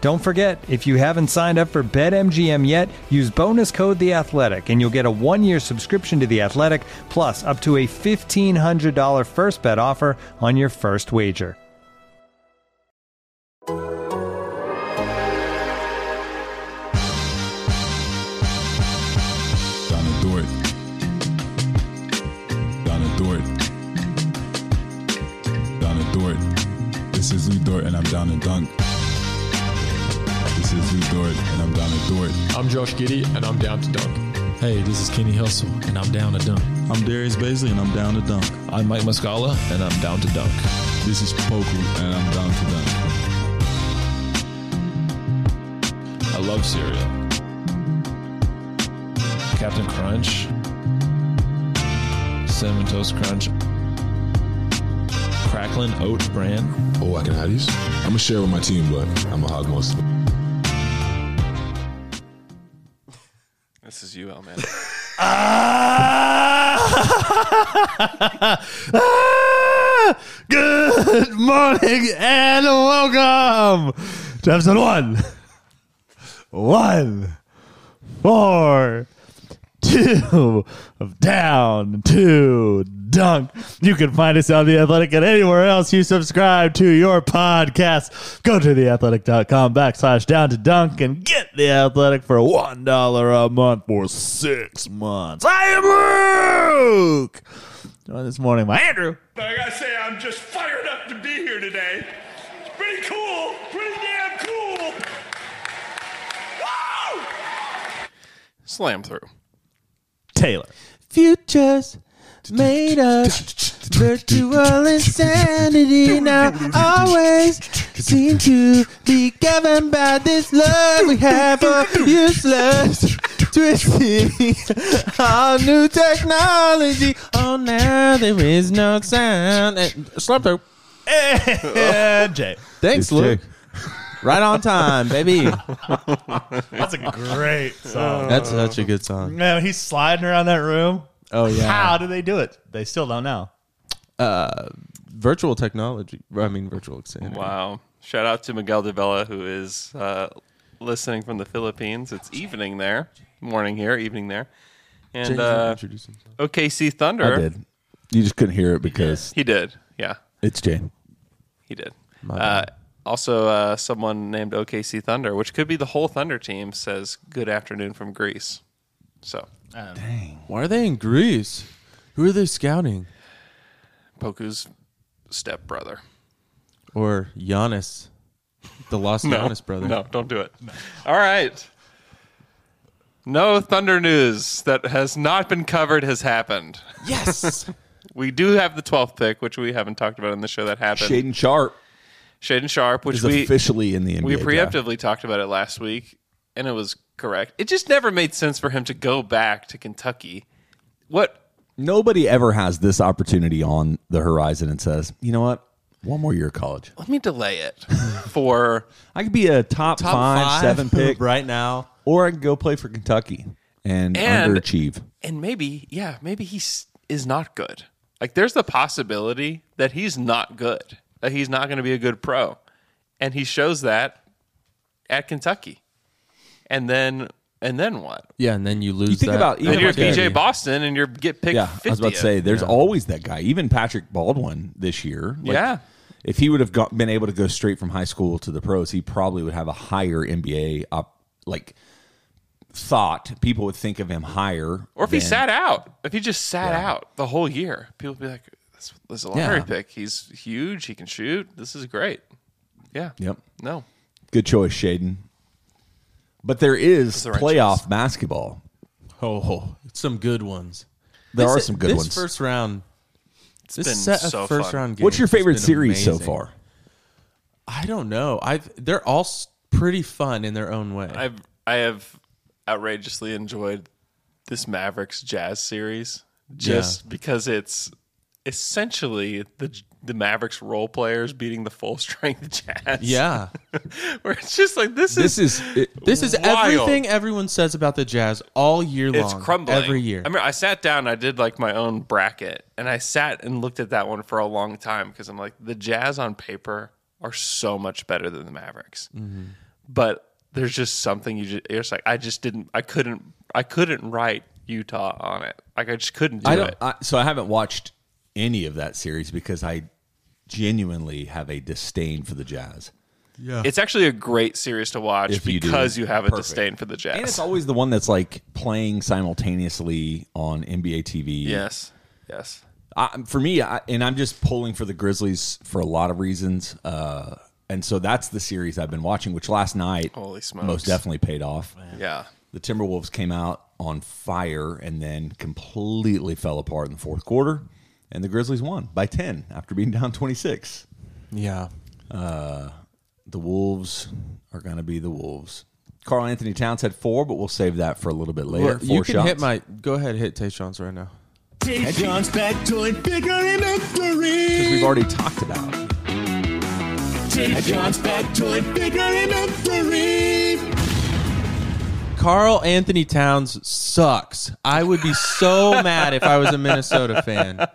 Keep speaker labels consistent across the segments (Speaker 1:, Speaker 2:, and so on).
Speaker 1: Don't forget, if you haven't signed up for BetMGM yet, use bonus code The Athletic, and you'll get a one-year subscription to The Athletic, plus up to a fifteen hundred dollar first bet offer on your first wager.
Speaker 2: Donna Dort. Donna Dort. Donna Dort. This is Lou Dort and I'm Donna Dunk. This is Lou Dort and I'm Donna Dort.
Speaker 3: I'm Josh Giddy, and I'm down to dunk.
Speaker 4: Hey, this is Kenny Hustle, and I'm down to dunk.
Speaker 5: I'm Darius Baisley, and I'm down to dunk.
Speaker 6: I'm Mike Muscala, and I'm down to dunk.
Speaker 2: This is Poku and I'm down to dunk.
Speaker 6: I love cereal. Captain Crunch, Cinnamon Toast Crunch, Cracklin Oat Bran.
Speaker 2: Oh, I can have these? I'm gonna share with my team, but I'm gonna hog most of it.
Speaker 3: This is you, L man.
Speaker 4: Ah!
Speaker 7: Good morning and welcome to episode one. One, four, two of down to dunk. You can find us on The Athletic and anywhere else you subscribe to your podcast. Go to theathletic.com backslash down to dunk and get The Athletic for $1 a month for six months. I am Luke. Joined this morning by Andrew.
Speaker 8: I gotta say, I'm just fired up to be here today. It's pretty cool, pretty damn cool. Woo!
Speaker 3: Slam through.
Speaker 7: Taylor.
Speaker 4: Futures made us virtual insanity now always seem to be governed by this love we have for useless twisting all new technology oh now there is no sound and slap through
Speaker 7: And Jay.
Speaker 4: thanks luke right on time baby
Speaker 7: That's a great song.
Speaker 4: that's such a good song
Speaker 7: Man, he's sliding around that room.
Speaker 4: oh yeah
Speaker 7: How do they do it? They still don't know.
Speaker 4: virtual technology i mean virtual insanity
Speaker 3: Wow. Shout out to Miguel de Vela, who is uh, listening from the Philippines. It's evening there, morning here, evening there. And uh,
Speaker 4: Introduce himself.
Speaker 3: OKC Thunder.
Speaker 5: I did. You just couldn't hear it because
Speaker 3: He did. Yeah,
Speaker 5: it's Jay.
Speaker 3: he did. Uh, also, uh, someone named OKC Thunder, which could be the whole Thunder team, says good afternoon from Greece. So,
Speaker 4: Why are they in Greece? Who are they scouting?
Speaker 3: Poku's stepbrother.
Speaker 4: Or Giannis, the lost Giannis brother?
Speaker 3: No, don't do it. All right. No Thunder news that has not been covered has happened.
Speaker 4: Yes.
Speaker 3: We do have the 12th pick, which we haven't talked about in the show that happened. Shaden,
Speaker 5: Shaden Sharp
Speaker 3: Sharp, which
Speaker 5: is
Speaker 3: we
Speaker 5: officially in the NBA.
Speaker 3: we
Speaker 5: draft.
Speaker 3: preemptively talked about it last week, and it was correct. It just never made sense for him to go back to Kentucky. What?
Speaker 5: Nobody ever has this opportunity on the horizon and says, you know what? One more year of college.
Speaker 3: Let me delay it for
Speaker 5: I could be a top,
Speaker 4: Top
Speaker 5: five,
Speaker 4: five,
Speaker 5: seven pick,
Speaker 4: right now.
Speaker 5: or I could go play for Kentucky and,
Speaker 3: And-
Speaker 5: underachieve.
Speaker 3: and maybe yeah, maybe he s- is not good. Like there's the possibility that he's not good, that he's not going to be a good pro, and he shows that at Kentucky, and then and then what?
Speaker 4: Yeah, and then you lose.
Speaker 5: You think
Speaker 4: that.
Speaker 5: about e
Speaker 3: Then
Speaker 5: even
Speaker 3: you're
Speaker 5: like
Speaker 3: BJ
Speaker 5: a-
Speaker 3: Boston, and you're get picked.
Speaker 5: Yeah, I was about
Speaker 3: 50th.
Speaker 5: to say, there's always that guy. Even Patrick Baldwin this year. Like,
Speaker 3: yeah,
Speaker 5: if he would have got, been able to go straight from high school to the pros, he probably would have a higher NBA up like thought. People would think of him higher.
Speaker 3: Or if he
Speaker 5: than-
Speaker 3: sat out, if he just sat out the whole year, people would be like, this, this is a lottery
Speaker 5: Yeah.
Speaker 3: pick. He's huge. He can shoot. This is great. Yeah.
Speaker 5: Yep.
Speaker 3: No.
Speaker 5: Good choice, Shaden. But there is
Speaker 3: the right
Speaker 5: playoff basketball.
Speaker 9: Oh, some good ones.
Speaker 5: There
Speaker 9: This-
Speaker 5: are some good
Speaker 9: this
Speaker 5: ones.
Speaker 9: First round. This
Speaker 3: been
Speaker 9: set of
Speaker 3: so
Speaker 9: first
Speaker 3: fun.
Speaker 9: round. Games
Speaker 5: What's your
Speaker 9: has been
Speaker 5: favorite series so
Speaker 9: amazing.
Speaker 5: far?
Speaker 9: I don't know. I they're all s- pretty fun in their own way.
Speaker 3: I've, I have outrageously enjoyed this Mavericks Jazz series just because it's essentially the the Mavericks role players beating the full strength Jazz.
Speaker 9: yeah,
Speaker 3: Where it's just like, this,
Speaker 5: This
Speaker 3: is.
Speaker 5: is it,
Speaker 9: this is
Speaker 3: Wild.
Speaker 9: everything everyone says about the Jazz all year long.
Speaker 3: It's crumbling
Speaker 9: every year.
Speaker 3: I mean, I sat down, I did like my own bracket, and I sat and looked at that one for a long time because I'm like, the Jazz on paper are so much better than the Mavericks,
Speaker 5: Mm-hmm.
Speaker 3: but there's just something you just, you're just like, I just didn't, I couldn't, I couldn't write Utah on it. Like I just couldn't do
Speaker 5: I don't.
Speaker 3: it.
Speaker 5: I, so I haven't watched any of that series because I genuinely have a disdain for the Jazz,
Speaker 3: it's actually a great series to watch
Speaker 5: If you do,
Speaker 3: because you, have a
Speaker 5: perfect.
Speaker 3: disdain for the Jazz.
Speaker 5: and it's always the one that's like playing simultaneously on NBA TV.
Speaker 3: yes, yes.
Speaker 5: I, for me, I, and I'm just pulling for the Grizzlies for a lot of reasons, uh, and so that's the series I've been watching. Which last night,
Speaker 3: Holy smokes.
Speaker 5: most definitely paid off.
Speaker 3: Yeah.
Speaker 5: The Timberwolves came out on fire and then completely fell apart in the fourth quarter, and the Grizzlies won by ten after being down 26.
Speaker 9: yeah,
Speaker 5: the Wolves are going to be the Wolves. Carl Anthony Towns had four, but we'll save that for a little bit later.
Speaker 9: Well,
Speaker 5: four
Speaker 9: you can
Speaker 5: shots.
Speaker 9: hit my. Go ahead, hit Tayshawn's right now.
Speaker 2: John's back to it bigger in
Speaker 5: Because
Speaker 2: victory.
Speaker 5: we've already talked about. it.
Speaker 2: John's back to it bigger in victory.
Speaker 9: Carl Anthony Towns sucks. I would be so mad if I was a Minnesota fan.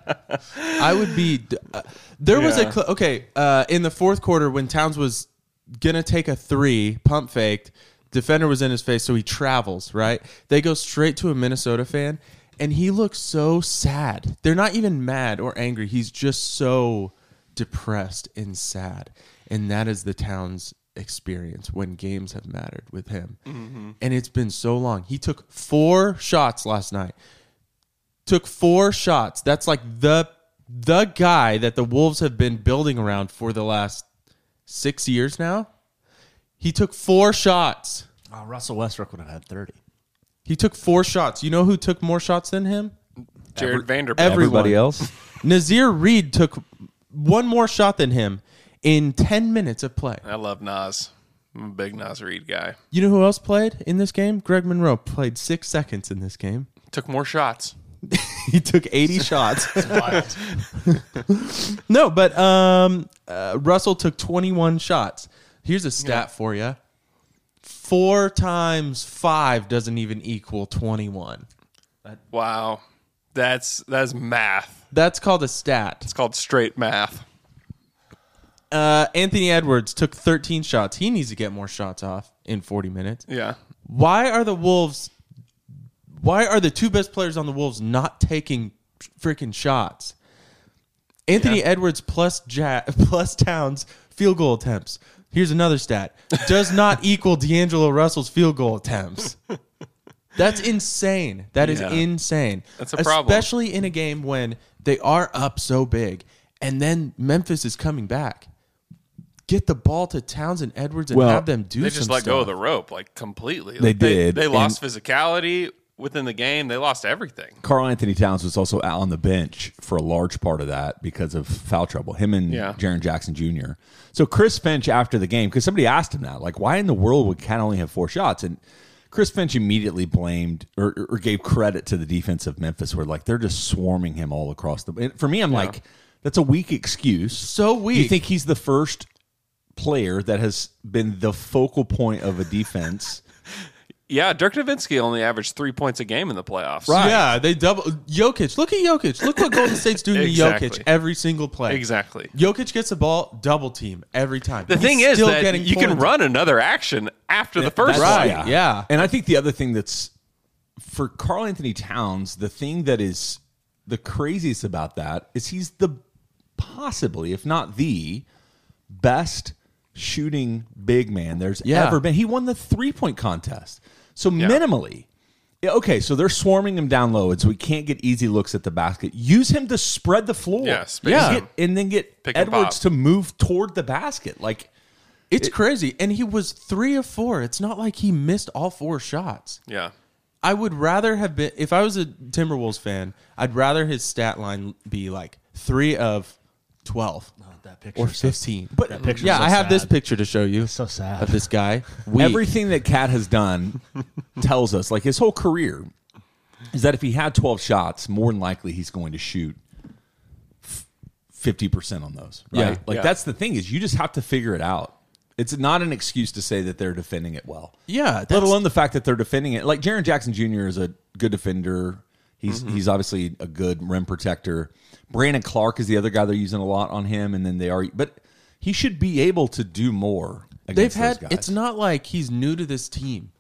Speaker 9: I would be. uh, there was a cl- okay uh, in the fourth quarter when Towns was gonna take a three, pump faked. Defender was in his face, so he travels. Right, they go straight to a Minnesota fan, and he looks so sad. They're not even mad or angry. He's just so depressed and sad, and that is the Towns experience when games have mattered with him. And it's been so long. He took four shots last night took four shots. That's like the the guy that the Wolves have been building around for the last six years now. He took four shots.
Speaker 7: Oh, Russell Westbrook would have had 30.
Speaker 9: He took four shots. You know who took more shots than him?
Speaker 3: Jared Vanderbilt.
Speaker 9: Everyone.
Speaker 5: Everybody else,
Speaker 9: Nazir Reed took one more shot than him in ten minutes of play.
Speaker 3: I love Nas. I'm a big Nas Reed guy.
Speaker 9: You know who else played in this game? Greg Monroe played six seconds in this game.
Speaker 3: Took more shots.
Speaker 9: he took 80 shots. no, but um, uh, Russell took 21 shots. Here's a stat for you. Four times five doesn't even equal 21.
Speaker 3: Wow. That's that's math.
Speaker 9: That's called a stat.
Speaker 3: It's called straight math.
Speaker 9: Uh, Anthony Edwards took 13 shots. He needs to get more shots off in 40 minutes.
Speaker 3: Yeah.
Speaker 9: Why are the Wolves, why are the two best players on the Wolves not taking freaking shots? Anthony Edwards plus ja- plus Towns field goal attempts. Here's another stat: does not equal D'Angelo Russell's field goal attempts. That's insane. That is
Speaker 3: Yeah.
Speaker 9: insane.
Speaker 3: That's a problem.
Speaker 9: especially in a game when they are up so big, and then Memphis is coming back. Get the ball to Towns and Edwards and
Speaker 5: Well,
Speaker 9: have them do.
Speaker 3: They just
Speaker 9: some
Speaker 3: let go of
Speaker 9: stuff.
Speaker 3: the rope like completely.
Speaker 5: They
Speaker 3: Like,
Speaker 5: did,
Speaker 3: They, lost physicality within the game. They lost everything.
Speaker 5: Carl Anthony Towns was also out on the bench for a large part of that because of foul trouble. Him and
Speaker 3: Yeah.
Speaker 5: Jaron Jackson Jr. So Chris Finch after the game, because somebody asked him that, like, why in the world would Cat only have four shots? And Chris Finch immediately blamed or, or gave credit to the defense of Memphis, where like they're just swarming him all across the. And for me, I'm like, that's a weak excuse.
Speaker 9: So weak.
Speaker 5: You think he's the first player that has been the focal point of a defense?
Speaker 3: Yeah, Dirk Nowitzki only averaged three points a game in the playoffs.
Speaker 9: Yeah, they double Jokic. Look at Jokic. Look what Golden State's doing
Speaker 3: Exactly.
Speaker 9: to Jokic every single play.
Speaker 3: Exactly.
Speaker 9: Jokic gets the ball, double team every time.
Speaker 3: The
Speaker 9: He's
Speaker 3: thing is
Speaker 9: still
Speaker 3: that
Speaker 9: getting
Speaker 3: you can
Speaker 9: points.
Speaker 3: run another action after the first
Speaker 5: That's-
Speaker 9: Right,
Speaker 3: one.
Speaker 9: yeah.
Speaker 5: And I think the other thing that's for Carl Anthony Towns, the thing that is the craziest about that is he's the possibly, if not the best shooting big man there's
Speaker 9: Yeah.
Speaker 5: ever been. He won the three point contest. So minimally, yeah, okay, so they're swarming him down low, and so we can't get easy looks at the basket. Use him to spread the floor.
Speaker 3: Yeah, space
Speaker 5: And
Speaker 3: him.
Speaker 5: get- and then get
Speaker 3: Pick and
Speaker 5: Edwards
Speaker 3: pop.
Speaker 5: to move toward the basket. Like
Speaker 9: It's crazy. And he was three of four. It's not like he missed all four shots.
Speaker 3: Yeah.
Speaker 9: I would rather have been, if I was a Timberwolves fan, I'd rather his stat line be like three of 12
Speaker 7: That picture.
Speaker 9: or 15. But
Speaker 7: That picture's
Speaker 9: yeah,
Speaker 7: so
Speaker 9: I have this
Speaker 7: sad.
Speaker 9: picture to show you
Speaker 7: so sad.
Speaker 9: of this guy. Weak.
Speaker 5: everything that Cat has done tells us, like his whole career, is that if he had 12 shots, more than likely he's going to shoot f- 50% on those. Right.
Speaker 9: Yeah.
Speaker 5: Like
Speaker 3: Yeah.
Speaker 5: that's the thing is you just have to figure it out. It's not an excuse to say that they're defending it well.
Speaker 9: Yeah,
Speaker 5: Let
Speaker 9: that's-
Speaker 5: alone the fact that they're defending it. Like Jaron Jackson Jr. is a good defender. He's
Speaker 9: Mm-hmm.
Speaker 5: he's obviously a good rim protector. Brandon Clark is the other guy they're using a lot on him, and then they are but he should be able to do more
Speaker 9: They've
Speaker 5: against
Speaker 9: had,
Speaker 5: those guys.
Speaker 9: it's not like he's new to this team.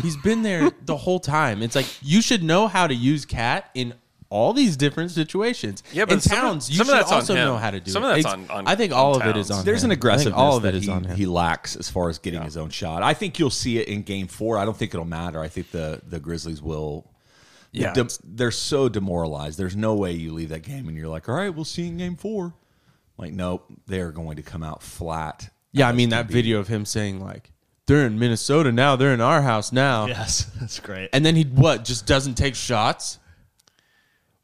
Speaker 9: He's been there the whole time. It's like you should know how to use Cat in all these different situations.
Speaker 3: Yeah, but
Speaker 9: and
Speaker 3: some of-
Speaker 9: Towns, you
Speaker 3: some of
Speaker 9: should
Speaker 3: that's on
Speaker 9: also
Speaker 3: him.
Speaker 9: know how to do
Speaker 3: Some
Speaker 9: it.
Speaker 3: of that's
Speaker 9: It's-
Speaker 3: on- on-
Speaker 9: I think
Speaker 3: on
Speaker 9: all of it
Speaker 3: Towns.
Speaker 9: is on
Speaker 5: There's
Speaker 9: him.
Speaker 5: an
Speaker 9: I think
Speaker 5: aggressiveness
Speaker 9: All of it
Speaker 5: that
Speaker 9: is
Speaker 5: he,
Speaker 9: on him.
Speaker 5: he lacks as far as getting his own shot. I think you'll see it in Game Four. I don't think it'll matter. I think the the Grizzlies will.
Speaker 9: Yeah.
Speaker 5: de- they're so demoralized. There's no way you leave that game and you're like, all right, we'll see you in Game Four. Like, nope, they're going to come out flat.
Speaker 9: Yeah, I mean that video of him saying like they're in Minnesota now, they're in our house now,
Speaker 7: Yes, that's great.
Speaker 9: and then he what just doesn't take shots.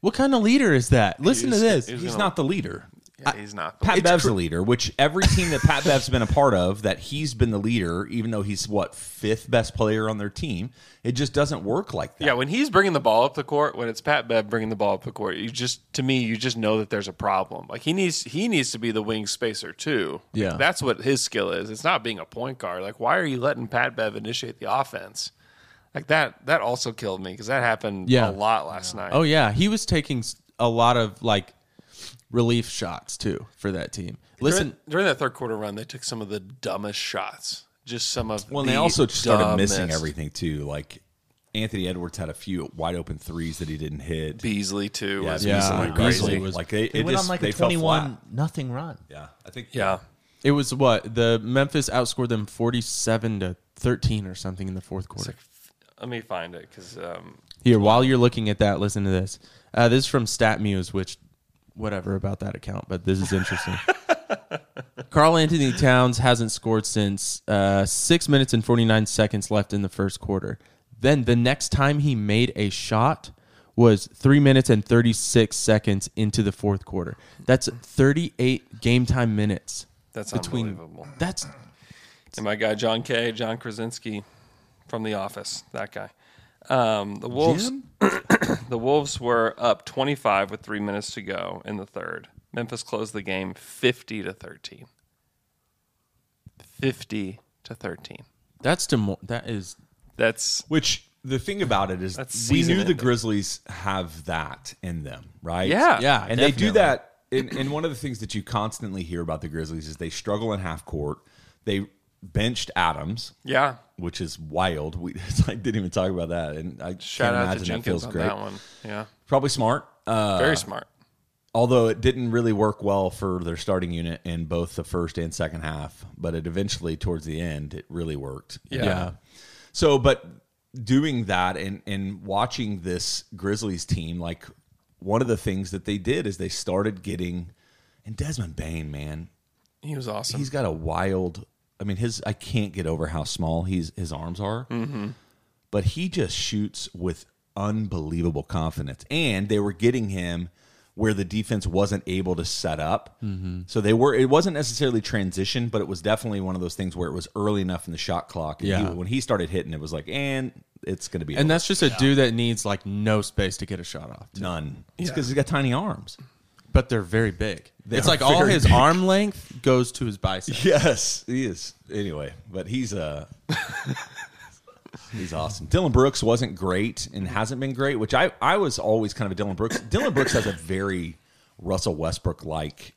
Speaker 9: What kind of leader is that? Listen to
Speaker 3: He's-
Speaker 9: this.
Speaker 3: he's-
Speaker 5: He's not the leader.
Speaker 3: Yeah, he's not.
Speaker 5: Pat Bev's the leader, which every team that Pat Bev's been a part of, that he's been the leader, even though he's what fifth best player on their team. It just doesn't work like that.
Speaker 3: Yeah, when he's bringing the ball up the court, when it's Pat Bev bringing the ball up the court, you just to me, you just know that there's a problem. Like he needs he needs to be the wing spacer too. Like,
Speaker 9: Yeah.
Speaker 3: that's what his skill is. It's not being a point guard. Like why are you letting Pat Bev initiate the offense? Like that that also killed me because that happened
Speaker 9: Yeah.
Speaker 3: a lot last night.
Speaker 9: Oh yeah, he was taking s- a lot of like relief shots too for that team.
Speaker 3: during,
Speaker 9: Listen,
Speaker 3: during that third quarter run, they took some of the dumbest shots. Just some of
Speaker 5: Well, and
Speaker 3: the
Speaker 5: they also just started missing
Speaker 3: dumbest.
Speaker 5: everything too. Like Anthony Edwards had a few wide open threes that he didn't hit.
Speaker 3: Beasley too.
Speaker 5: Yeah,
Speaker 3: was
Speaker 5: Beasley
Speaker 9: Yeah,
Speaker 5: went crazy.
Speaker 9: Beasley was-
Speaker 5: like they,
Speaker 7: They
Speaker 5: it
Speaker 7: went
Speaker 5: just,
Speaker 7: on like
Speaker 5: they
Speaker 7: a
Speaker 5: fell
Speaker 7: twenty-one
Speaker 5: flat.
Speaker 7: nothing run.
Speaker 5: Yeah, I think
Speaker 3: yeah.
Speaker 9: it was what the Memphis outscored them forty-seven to thirteen or something in the fourth quarter.
Speaker 3: Let me find it because um,
Speaker 9: Here, while you're looking at that, listen to this. Uh, this is from StatMuse, which, whatever about that account, but this is interesting. Carl Anthony Towns hasn't scored since uh, six minutes and 49 seconds left in the first quarter. Then the next time he made a shot was three minutes and 36 seconds into the fourth quarter. That's 38 game time minutes.
Speaker 3: that's
Speaker 9: between-
Speaker 3: unbelievable.
Speaker 9: That's
Speaker 3: And my guy John Kay, John Krasinski from The Office, that guy. Um, the Wolves, the Wolves were up 25 with three minutes to go in the third. Memphis closed the game 50 to 13. 50 to 13.
Speaker 9: that's demo- that is
Speaker 3: That's
Speaker 5: Which the thing about it is,
Speaker 3: That's
Speaker 5: we
Speaker 3: season
Speaker 5: knew the
Speaker 3: ending.
Speaker 5: Grizzlies have that in them, right?
Speaker 3: yeah,
Speaker 9: yeah,
Speaker 5: and they do that. And, and one of the things that you constantly hear about the Grizzlies is they struggle in half court. They benched Adams,
Speaker 3: yeah.
Speaker 5: which is wild. We I didn't even talk about that, and I
Speaker 3: Shout
Speaker 5: can't
Speaker 3: out
Speaker 5: imagine
Speaker 3: to
Speaker 5: that feels
Speaker 3: Jenkins on
Speaker 5: great.
Speaker 3: that one. Yeah,
Speaker 5: Probably smart. Uh,
Speaker 3: very smart.
Speaker 5: although it didn't really work well for their starting unit in both the first and second half, but it eventually towards the end it really worked.
Speaker 3: Yeah.
Speaker 5: So, but doing that and and watching this Grizzlies team, like one of the things that they did is they started getting and Desmond Bain, man,
Speaker 3: He was awesome.
Speaker 5: he's got a wild. I mean, his I can't get over how small he's his arms are,
Speaker 9: Mm-hmm.
Speaker 5: but he just shoots with unbelievable confidence. And they were getting him where the defense wasn't able to set up,
Speaker 9: Mm-hmm.
Speaker 5: so they were. It wasn't necessarily transition, but it was definitely one of those things where it was early enough in the shot clock. And
Speaker 9: Yeah.
Speaker 5: he- when he started hitting, it was like, and it's going to be
Speaker 9: and
Speaker 5: over.
Speaker 9: that's just a dude that needs like no space to get a shot off.
Speaker 5: none. It's because he's got tiny arms.
Speaker 9: but they're very big. it's
Speaker 5: are
Speaker 9: like all
Speaker 5: very
Speaker 9: his arm length goes to his bicep.
Speaker 5: Yes, he is. Anyway, but he's uh he's awesome. Dylan Brooks wasn't great and hasn't been great, which I I was always kind of a Dylan Brooks. Dylan Brooks has a very Russell Westbrook like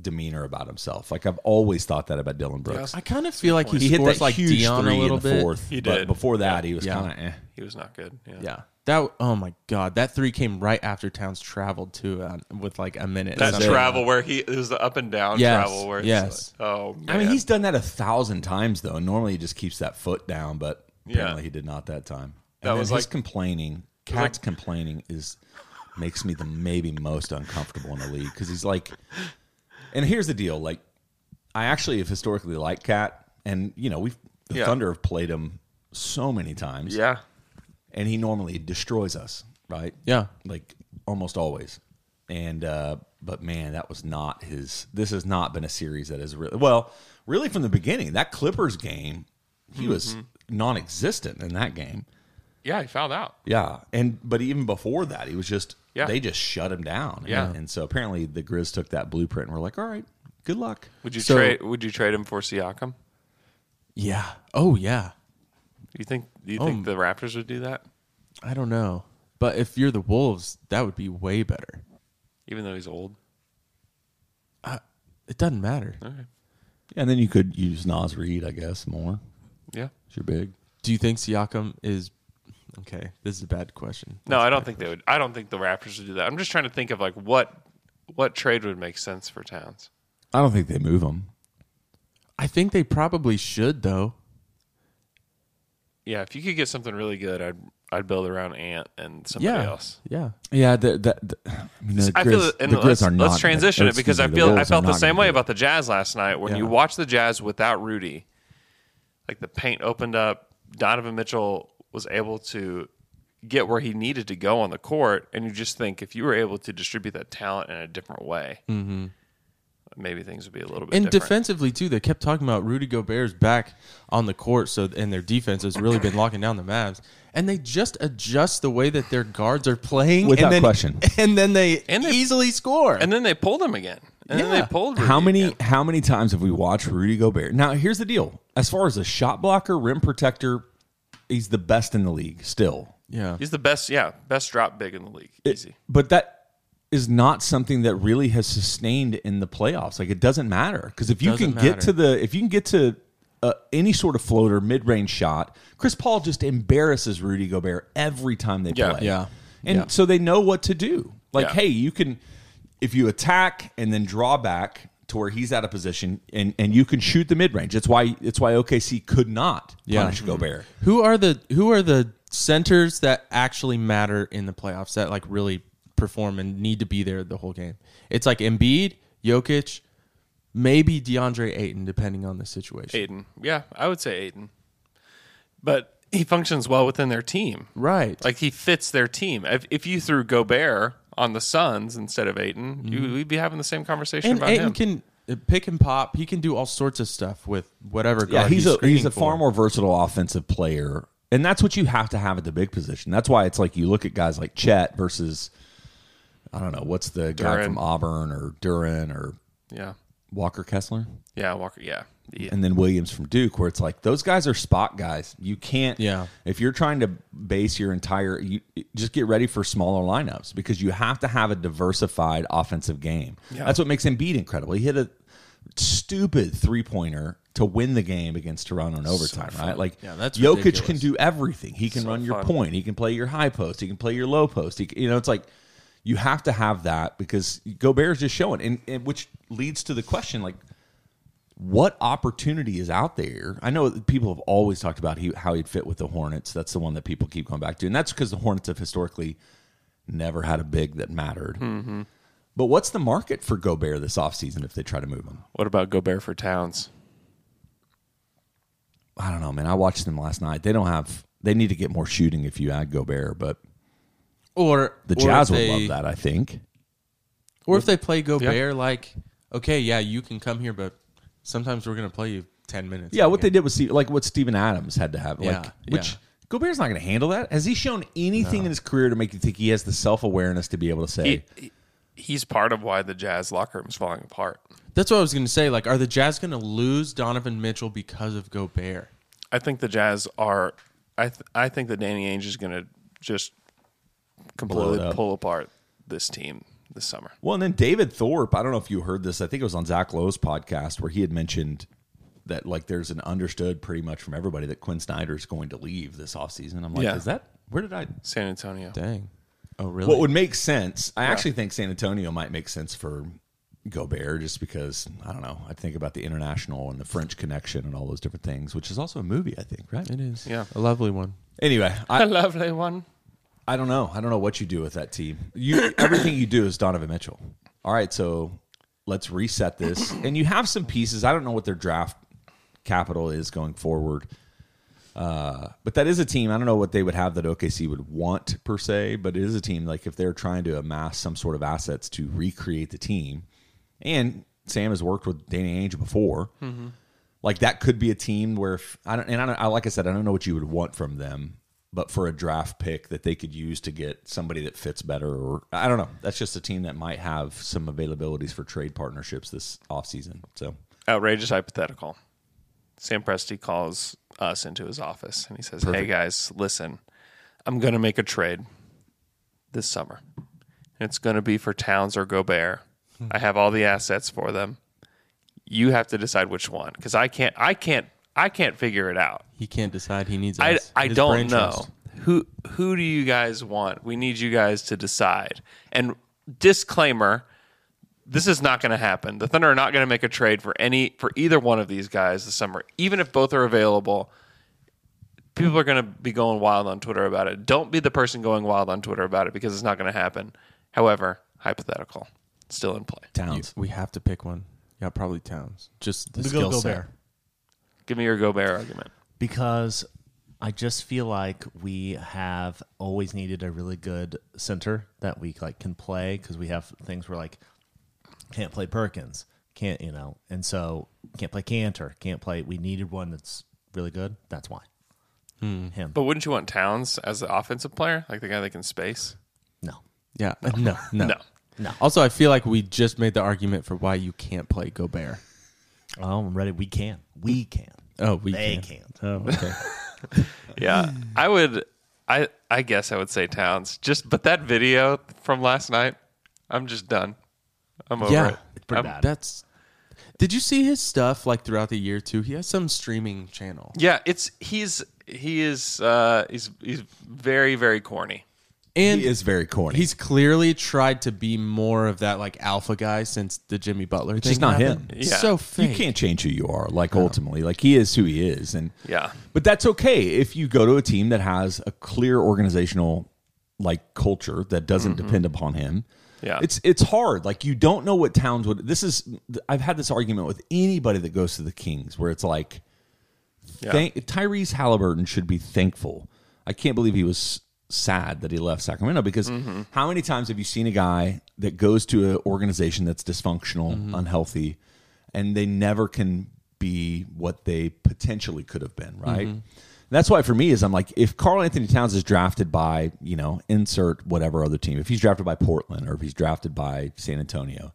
Speaker 5: demeanor about himself. Like I've always thought that about Dylan Brooks.
Speaker 9: I kind of feel like he,
Speaker 5: He hit
Speaker 9: scores
Speaker 5: that
Speaker 9: like
Speaker 5: huge
Speaker 9: Dion
Speaker 5: three
Speaker 9: a little
Speaker 5: in the
Speaker 9: bit.
Speaker 5: fourth.
Speaker 3: He
Speaker 5: but
Speaker 3: did.
Speaker 5: before that, he was
Speaker 9: Yeah.
Speaker 5: kind of eh.
Speaker 3: he was not good. Yeah.
Speaker 9: Yeah, That oh my god, that three came right after Towns traveled too, uh, with like a minute.
Speaker 3: That
Speaker 9: something.
Speaker 3: travel where he it was the up and down
Speaker 9: Yes,
Speaker 3: travel where it's
Speaker 9: yes.
Speaker 3: like, oh man.
Speaker 5: I mean, he's done that a thousand times though. and Normally, he just keeps that foot down, but apparently, he did not that time. And
Speaker 3: That
Speaker 5: then
Speaker 3: was
Speaker 5: his
Speaker 3: like-
Speaker 5: complaining. Cat's complaining is makes me the maybe most uncomfortable in the league because he's like, and here's the deal: like, I actually have historically liked Cat, and you know, we've the
Speaker 3: Yeah.
Speaker 5: Thunder have played him so many times,
Speaker 3: yeah.
Speaker 5: and he normally destroys us, right?
Speaker 9: Yeah.
Speaker 5: like almost always. And uh, but man, that was not his. This has not been a series that is really well, really from the beginning. That Clippers game, he was
Speaker 3: Mm-hmm.
Speaker 5: non-existent in that game.
Speaker 3: Yeah, he fouled out.
Speaker 5: Yeah, and but even before that, he was just
Speaker 3: Yeah.
Speaker 5: they just shut him down.
Speaker 3: Yeah.
Speaker 5: and, and so apparently the Grizz took that blueprint and were like, all right, good luck.
Speaker 3: Would you
Speaker 9: So-
Speaker 3: trade would you trade him for Siakam?
Speaker 9: Yeah. Oh yeah.
Speaker 3: Do you think do you
Speaker 9: Oh.
Speaker 3: think the Raptors would do that?
Speaker 9: I don't know, but if you're the Wolves, that would be way better.
Speaker 3: Even though he's old.
Speaker 9: It doesn't matter.
Speaker 5: And then you could use Nas Reed, I guess, more.
Speaker 3: Yeah.
Speaker 5: If you're big.
Speaker 9: Do you think Siakam is okay? This is a bad question.
Speaker 3: No, I don't think they would. I don't think the Raptors would do that. I'm just trying to think of like what what trade would make sense for Towns.
Speaker 5: I don't think they move him.
Speaker 9: I think they probably should though.
Speaker 3: Yeah, if you could get something really good, I'd I'd build around Ant and somebody
Speaker 9: Yeah.
Speaker 3: else.
Speaker 9: Yeah.
Speaker 5: Yeah, the, the, the, I, mean, the
Speaker 3: I
Speaker 5: Grizz,
Speaker 3: feel and
Speaker 5: the Grizz
Speaker 3: let's,
Speaker 5: are not.
Speaker 3: let's transition
Speaker 5: or
Speaker 3: it because
Speaker 5: excuse
Speaker 3: I
Speaker 5: me, the
Speaker 3: feel I
Speaker 5: Wolves are
Speaker 3: felt the
Speaker 5: not
Speaker 3: same
Speaker 5: gonna
Speaker 3: way
Speaker 5: do
Speaker 3: about the Jazz last night. When you
Speaker 5: Yeah.
Speaker 3: watch the Jazz without Rudy, like the paint opened up, Donovan Mitchell was able to get where he needed to go on the court, and you just think if you were able to distribute that talent in a different way,
Speaker 5: Mm-hmm.
Speaker 3: maybe things would be a little bit
Speaker 9: And
Speaker 3: different.
Speaker 9: defensively too, they kept talking about Rudy Gobert's back on the court, so and their defense has really been locking down the Mavs. And they just adjust the way that their guards are playing
Speaker 5: Without
Speaker 9: and then,
Speaker 5: question.
Speaker 9: and then they
Speaker 3: And they-
Speaker 9: easily score.
Speaker 3: and then they pulled him again, and then
Speaker 9: Yeah.
Speaker 3: they pulled Rudy
Speaker 5: How many
Speaker 3: again.
Speaker 5: how many times have we watched Rudy Gobert? Now here's the deal: as far as a shot blocker, rim protector, he's the best in the league still.
Speaker 9: yeah,
Speaker 3: He's the best, yeah, best drop big in the league. Easy.
Speaker 5: But that is not something that really has sustained in the playoffs. Like it doesn't matter because if you can
Speaker 9: Doesn't
Speaker 5: get to the if you can get to uh, any sort of floater, mid range shot, Chris Paul just embarrasses Rudy Gobert every time they
Speaker 3: Yeah.
Speaker 5: play.
Speaker 9: Yeah.
Speaker 5: and
Speaker 9: Yeah.
Speaker 5: so they know what to do. Like,
Speaker 3: Yeah.
Speaker 5: hey, you can if you attack and then draw back to where he's out of position, and and you can shoot the mid range. It's why it's why OKC could not
Speaker 9: Yeah.
Speaker 5: punish Gobert.
Speaker 9: who are the who are the centers that actually matter in the playoffs that like really perform and need to be there the whole game? It's like Embiid, Jokic, maybe DeAndre Ayton, depending on the situation.
Speaker 3: Aiden, yeah, I would say Aiden, but he functions well within their team,
Speaker 9: Right.
Speaker 3: Like he fits their team. If, if you threw Gobert on the Suns instead of Aiton, you, we'd be having the same conversation
Speaker 9: and
Speaker 3: about
Speaker 9: Ayton
Speaker 3: him.
Speaker 9: can uh, pick and pop. He can do all sorts of stuff with whatever. Guard
Speaker 5: Yeah, he's, a he's
Speaker 9: screening
Speaker 5: a far
Speaker 9: for.
Speaker 5: more versatile offensive player, and that's what you have to have at the big position. That's why it's like you look at guys like Chet versus I don't know what's the guy
Speaker 3: Duran.
Speaker 5: from Auburn or Duran or
Speaker 3: yeah,
Speaker 5: Walker Kessler,
Speaker 3: yeah, Walker. Yeah, yeah.
Speaker 5: and then Williams from Duke, where it's like those guys are spot guys. You can't,
Speaker 9: Yeah.
Speaker 5: If you're trying to base your entire, you just get ready for smaller lineups because you have to have a diversified offensive game. That's what makes Embiid incredible. He hit a stupid three pointer to win the game against Toronto in overtime, right? Like
Speaker 9: that's
Speaker 5: Jokic can
Speaker 9: ridiculous.
Speaker 5: do everything. He can run your point. He can play your high post. He can play your low post. He, can- you know, it's like you have to have that because Gobert is just showing, and, and which leads to the question, like. What opportunity is out there? I know people have always talked about he, how he'd fit with the Hornets. That's the one that people keep going back to, and that's because the Hornets have historically never had a big that mattered.
Speaker 9: Mm-hmm.
Speaker 5: But what's the market for Gobert this offseason if they try to move him?
Speaker 3: What about Gobert for Towns?
Speaker 5: I don't know, man. I watched them last night. They don't have. They need to get more shooting if you add Gobert, but
Speaker 9: Or
Speaker 5: the
Speaker 9: or
Speaker 5: Jazz
Speaker 9: if
Speaker 5: would
Speaker 9: they-
Speaker 5: love that. I think.
Speaker 9: Or if they play Gobert, like, okay, yeah, you can come here, but sometimes we're gonna play you ten minutes.
Speaker 5: Yeah, what they did was see, like what Steven Adams had to have, like
Speaker 9: Yeah,
Speaker 5: which
Speaker 9: yeah.
Speaker 5: Gobert's not going to handle that. Has he shown anything in his career to make you think he has the self awareness to be able to say,
Speaker 3: He, he- he's part of why the Jazz locker room is falling apart.
Speaker 9: That's what I was gonna say. Like, are the Jazz gonna lose Donovan Mitchell because of Gobert?
Speaker 3: I think the Jazz are. I th- I think that Danny Ainge is going to just completely
Speaker 5: up.
Speaker 3: pull apart this team this summer.
Speaker 5: Well, and then David Thorpe, I don't know if you heard this. I think it was on Zach Lowe's podcast where he had mentioned that like there's an understood pretty much from everybody that Quinn Snyder is going to leave this offseason. I'm like,
Speaker 3: Yeah.
Speaker 5: is that Where did I?
Speaker 3: San Antonio.
Speaker 9: Dang. Oh, really?
Speaker 5: What would make sense? I actually think San Antonio might make sense for Gobert, just because I don't know. I think about the international and the French connection and all those different things, which is also a movie. I think, right?
Speaker 9: it is.
Speaker 3: Yeah.
Speaker 9: A lovely one.
Speaker 5: Anyway,
Speaker 3: A
Speaker 5: I,
Speaker 3: lovely one.
Speaker 5: I don't know. I don't know what you do with that team. You everything you do is Donovan Mitchell. All right, so let's reset this. And you have some pieces. I don't know what their draft capital is going forward. Uh, but that is a team. I don't know what they would have that OKC would want per se, but it is a team. Like if they're trying to amass some sort of assets to recreate the team, and Sam has worked with Danny Ainge before, like that could be a team where if I don't and I, don't, I like I said I don't know what you would want from them, but for a draft pick that they could use to get somebody that fits better or I don't know. That's just a team that might have some availabilities for trade partnerships this offseason. So
Speaker 3: Outrageous hypothetical. Sam Presti calls us into his office and he says, Hey guys, listen, I'm going to make a trade this summer. And it's going to be for Towns or Gobert. I have all the assets for them. You have to decide which one because I can't, I can't, I can't figure it out.
Speaker 9: He can't decide he needs
Speaker 3: I,
Speaker 9: us.
Speaker 3: I
Speaker 9: His
Speaker 3: don't
Speaker 9: brain
Speaker 3: know
Speaker 9: trust.
Speaker 3: who who do you guys want. We need you guys to decide. And disclaimer: this is not going to happen. The Thunder are not going to make a trade for any for either one of these guys this summer, even if both are available. People are going to be going wild on Twitter about it. Don't be the person going wild on Twitter about it because it's not going to happen. However, hypothetical, still in play.
Speaker 5: Towns.
Speaker 9: We have to pick one. Yeah, probably Towns. Just the
Speaker 7: We'll
Speaker 9: skill
Speaker 7: go
Speaker 9: set.
Speaker 7: Gobert.
Speaker 3: Give me your Gobert argument.
Speaker 7: because I just feel like we have always needed a really good center that we like can play because we have things where like can't play Perkins, can't you know, and so can't play Cantor, can't play. We needed one that's really good. That's why
Speaker 5: Hmm.
Speaker 7: him.
Speaker 9: Oh.
Speaker 3: But wouldn't you want Towns as the offensive player, like the guy that can space?
Speaker 7: no,
Speaker 9: Yeah. No. No.
Speaker 3: No.
Speaker 9: Also, I feel like we just made the argument for why you can't play Gobert.
Speaker 7: oh, I'm ready. We can. We can.
Speaker 9: Oh, we
Speaker 7: They
Speaker 9: can.
Speaker 7: can't.
Speaker 9: Oh, okay.
Speaker 3: Yeah, I would. I I guess I would say Towns. Just but that video from last night, I'm just done. I'm over
Speaker 9: Yeah.
Speaker 3: it.
Speaker 7: It's pretty
Speaker 3: I'm-
Speaker 7: bad.
Speaker 9: That's. Did you see his stuff like throughout the year too? He has some streaming channel.
Speaker 3: Yeah, it's he's he is uh he's he's very very corny.
Speaker 9: And
Speaker 5: He is very corny.
Speaker 9: He's clearly tried to be more of that like alpha guy since the Jimmy Butler thing.
Speaker 5: just not
Speaker 9: happened.
Speaker 5: him.
Speaker 3: Yeah.
Speaker 9: So
Speaker 5: you
Speaker 9: fake.
Speaker 5: can't change who you are, like ultimately. Like he is who he is. And
Speaker 3: Yeah,
Speaker 5: But that's okay if you go to a team that has a clear organizational like culture that doesn't depend upon him.
Speaker 3: Mm-hmm. Yeah.
Speaker 5: It's it's hard. Like you don't know what towns would this is I've had this argument with anybody that goes to the Kings where it's like thank, Tyrese Halliburton should be thankful. I can't believe he was sad that he left Sacramento because how many times have you seen a guy that goes to an organization that's dysfunctional, unhealthy, and they never can be what they potentially could have been, right? That's why for me is I'm like if Carl Anthony Towns is drafted by, you know, insert whatever other team, if he's drafted by Portland or if he's drafted by San Antonio,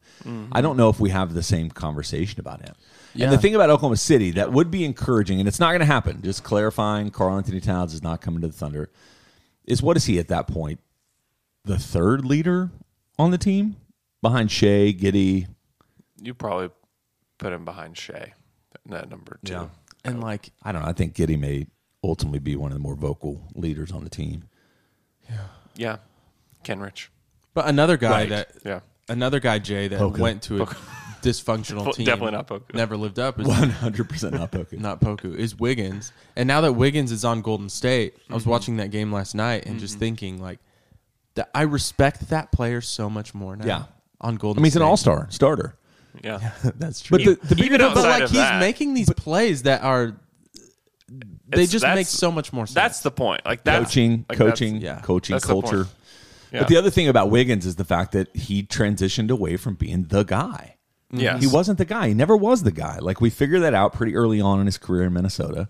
Speaker 5: I don't know if we have the same conversation about him. And the thing about Oklahoma City that would be encouraging, and it's not going to happen, just clarifying Carl Anthony Towns is not coming to the Thunder, is what is he at that point? The third leader on the team behind Shea, Giddy.
Speaker 3: you probably put him behind Shea, that number two.
Speaker 9: and like
Speaker 5: I don't know. I think Giddy may ultimately be one of the more vocal leaders on the team.
Speaker 3: Yeah, Kenrich.
Speaker 9: but another guy that
Speaker 3: Yeah,
Speaker 9: another guy Jay that went to a dysfunctional team.
Speaker 3: Definitely not Poku.
Speaker 9: Never lived up is
Speaker 5: 100% not Poku.
Speaker 9: not Poku, is Wiggins. And now that Wiggins is on Golden State, I
Speaker 5: Mm-hmm.
Speaker 9: was watching that game last night and just thinking like that I respect that player so much more now.
Speaker 5: Yeah.
Speaker 9: On
Speaker 5: I
Speaker 9: Golden
Speaker 5: mean, he's an
Speaker 9: State.
Speaker 5: all star starter.
Speaker 3: yeah.
Speaker 9: That's true.
Speaker 5: But the, the big
Speaker 3: Even
Speaker 9: but
Speaker 3: outside
Speaker 9: like
Speaker 3: of
Speaker 9: he's
Speaker 3: that,
Speaker 9: making these plays that are they
Speaker 3: It's-
Speaker 9: just
Speaker 3: that's-
Speaker 9: make so much more sense.
Speaker 3: That's the point. Like that's,
Speaker 5: coaching,
Speaker 3: like that's-
Speaker 5: coaching,
Speaker 9: yeah.
Speaker 5: coaching
Speaker 3: That's the
Speaker 5: culture.
Speaker 3: point. Yeah.
Speaker 5: But the other thing about Wiggins is the fact that he transitioned away from being the guy.
Speaker 3: Yes.
Speaker 5: He wasn't the guy. He never was the guy. Like we figured that out pretty early on in his career in Minnesota.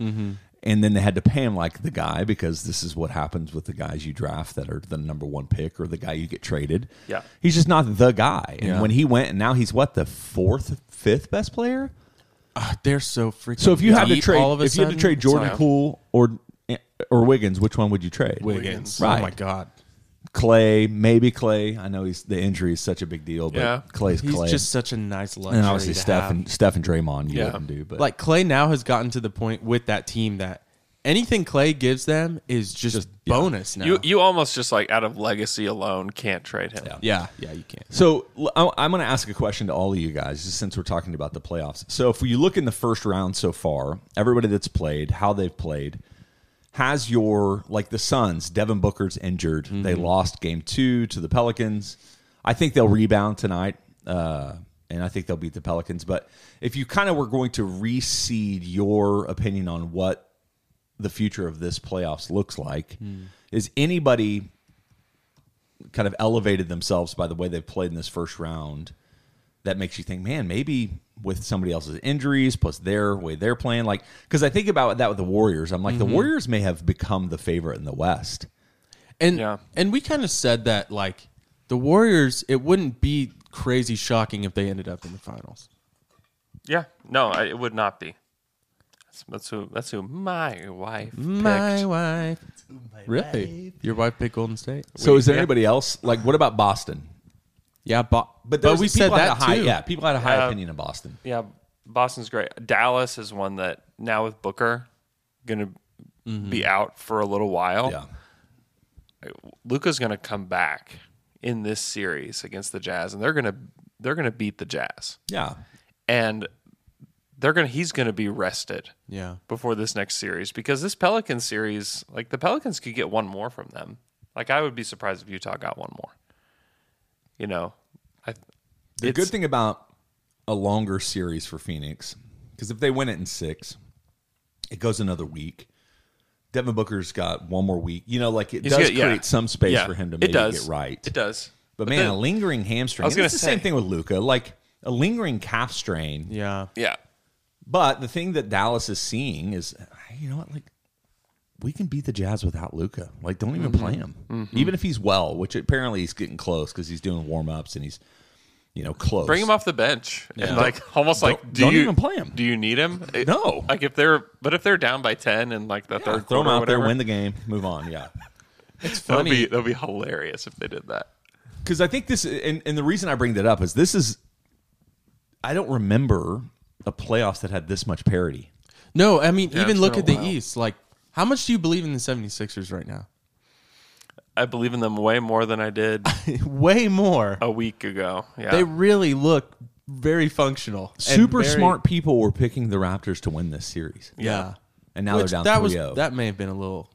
Speaker 5: And then they had to pay him like the guy because this is what happens with the guys you draft that are the number one pick or the guy you get traded.
Speaker 3: Yeah.
Speaker 5: He's just not the guy. And
Speaker 9: Yeah.
Speaker 5: when he went, and now he's what, the fourth, fifth best player?
Speaker 9: They're so freaking.
Speaker 5: So if you had to
Speaker 9: deep
Speaker 5: trade,
Speaker 9: all of a
Speaker 5: if you had to
Speaker 9: sudden,
Speaker 5: trade Jordan
Speaker 9: it's like
Speaker 5: Poole or or Wiggins, which one would you trade?
Speaker 9: Wiggins,
Speaker 5: Right.
Speaker 9: oh my god,
Speaker 5: Clay, maybe Clay. I know he's the injury is such a big deal, but
Speaker 3: Yeah.
Speaker 5: Clay's
Speaker 9: he's
Speaker 5: Clay.
Speaker 9: just such a nice luxury.
Speaker 5: and obviously
Speaker 9: to
Speaker 5: Steph
Speaker 9: have.
Speaker 5: and Steph and Draymond, you
Speaker 3: Yeah.
Speaker 5: wouldn't do, but
Speaker 9: like Clay now has gotten to the point with that team that anything Clay gives them is just, bonus now.
Speaker 3: You you almost just like out of legacy alone can't trade him.
Speaker 9: yeah, yeah, you can't.
Speaker 5: So l- I- I'm going to ask a question to all of you guys, just since we're talking about the playoffs. So if you look in the first round so far, everybody that's played, how they've played, has your like the Suns. Devin Booker's injured. They lost game two to the Pelicans. I think they'll rebound tonight, uh, and I think they'll beat the Pelicans. But if you kind of were going to reseed your opinion on what the future of this playoffs looks like, is anybody kind of elevated themselves by the way they've played in this first round that makes you think man maybe with somebody else's injuries plus their way they're playing like because i think about that with the warriors i'm like the warriors may have become the favorite in the west
Speaker 9: And
Speaker 3: Yeah.
Speaker 9: and we kind of said that like the Warriors, it wouldn't be crazy shocking if they ended up in the finals.
Speaker 3: Yeah, no, I, it would not be. That's, that's who. That's who my wife.
Speaker 9: My
Speaker 3: picked.
Speaker 9: wife, really? Your wife picked Golden State.
Speaker 5: so is there
Speaker 3: yeah.
Speaker 5: anybody else like what about boston
Speaker 9: Yeah, but but,
Speaker 5: those
Speaker 9: we
Speaker 5: people
Speaker 9: said
Speaker 5: had
Speaker 9: that
Speaker 5: a high
Speaker 9: too.
Speaker 5: yeah people had a high opinion of boston
Speaker 3: Yeah, Boston's great. Dallas is one that now with Booker going to be out for a little while.
Speaker 5: yeah
Speaker 3: Luca's going to come back in this series against the Jazz, and they're going to they're going to beat the Jazz,
Speaker 5: yeah
Speaker 3: and they're going to he's going to be rested
Speaker 9: Yeah.
Speaker 3: before this next series because this Pelican series, like the Pelicans could get one more from them. Like I would be surprised if Utah got one more. You know, I,
Speaker 5: the good
Speaker 3: it's-
Speaker 5: thing about a longer series for phoenix because if they win it in six it goes another week Devin Booker's got one more week. You know, like it
Speaker 3: He's
Speaker 5: does
Speaker 3: good, yeah.
Speaker 5: create some space
Speaker 3: Yeah,
Speaker 5: for him to
Speaker 3: it
Speaker 5: maybe
Speaker 3: does.
Speaker 5: get right.
Speaker 3: It does.
Speaker 5: But, man,
Speaker 3: then-
Speaker 5: a lingering hamstring.
Speaker 3: I was
Speaker 5: and
Speaker 3: gonna
Speaker 5: it's the same
Speaker 3: say.
Speaker 5: thing with Luca, like a lingering calf strain.
Speaker 9: Yeah,
Speaker 3: yeah,
Speaker 5: But the thing that Dallas is seeing is, you know what, like we can beat the Jazz without Luca. Like, don't even
Speaker 3: Mm-hmm.
Speaker 5: play him, even if he's well, which apparently he's getting close because he's doing warm ups and he's, you know, close.
Speaker 3: bring him off the bench and like almost like
Speaker 5: don't-
Speaker 3: do
Speaker 5: don't
Speaker 3: you
Speaker 5: even play him.
Speaker 3: Do you need him? It-
Speaker 5: No.
Speaker 3: Like if they're but if they're down by ten and like the
Speaker 5: Yeah,
Speaker 3: third
Speaker 5: throw him
Speaker 3: quarter or
Speaker 5: out there,
Speaker 3: whatever,
Speaker 5: win the game, move on. Yeah.
Speaker 3: that'll be that'll be hilarious if they did that.
Speaker 5: because I think this, and, and the reason I bring that up is this is, I don't remember a playoffs that had this much parity.
Speaker 9: no, I mean
Speaker 3: it's
Speaker 9: even look
Speaker 3: been
Speaker 9: at
Speaker 3: a
Speaker 9: the
Speaker 3: while.
Speaker 9: East. Like, how much do you believe in the 76ers right now?
Speaker 3: I believe in them way more than I did
Speaker 9: Way more.
Speaker 3: a week ago. Oh, Yeah.
Speaker 9: They really look very functional. and
Speaker 5: Super
Speaker 9: very-
Speaker 5: smart people were picking the Raptors to win this series,
Speaker 9: Yeah.
Speaker 5: and now
Speaker 9: Which
Speaker 5: they're down
Speaker 9: that
Speaker 5: 3-0.
Speaker 9: was that may have been a little.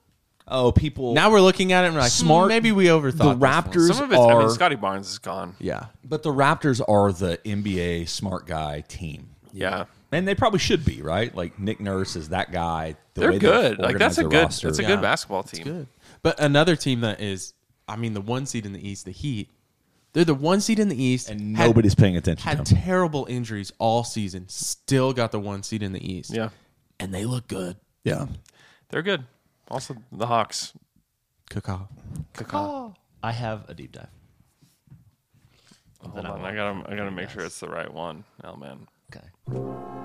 Speaker 5: oh, people
Speaker 9: oh. Now we're looking at it and we're like, smart.
Speaker 5: Smart-
Speaker 9: Maybe we overthought
Speaker 5: the
Speaker 9: this one.
Speaker 5: Raptors
Speaker 3: Some of it's I
Speaker 5: are,
Speaker 3: mean Scotty Barnes is gone.
Speaker 9: Yeah,
Speaker 5: but the Raptors are the NBA smart guy team,
Speaker 3: Yeah.
Speaker 5: and they probably should be right. Like Nick Nurse is that guy. The
Speaker 3: They're
Speaker 5: way they've
Speaker 3: good. Like that's
Speaker 5: organized
Speaker 3: a
Speaker 5: their
Speaker 3: good
Speaker 5: roster.
Speaker 3: that's a
Speaker 9: Yeah.
Speaker 3: good basketball team.
Speaker 9: good. But another team that is, I mean, the one seed in the East, the Heat. They're the one seed in the East,
Speaker 5: and
Speaker 9: had-
Speaker 5: nobody's paying attention.
Speaker 9: had,
Speaker 5: to them.
Speaker 9: terrible injuries all season. Still got the one seed in the East.
Speaker 3: Yeah.
Speaker 9: and they look good.
Speaker 5: yeah,
Speaker 3: They're good. Also the Hawks.
Speaker 9: Kakao.
Speaker 7: I have a deep dive.
Speaker 3: Hold on. I gotta I gotta make sure it's the right one. Oh man.
Speaker 7: Okay.
Speaker 3: Nope.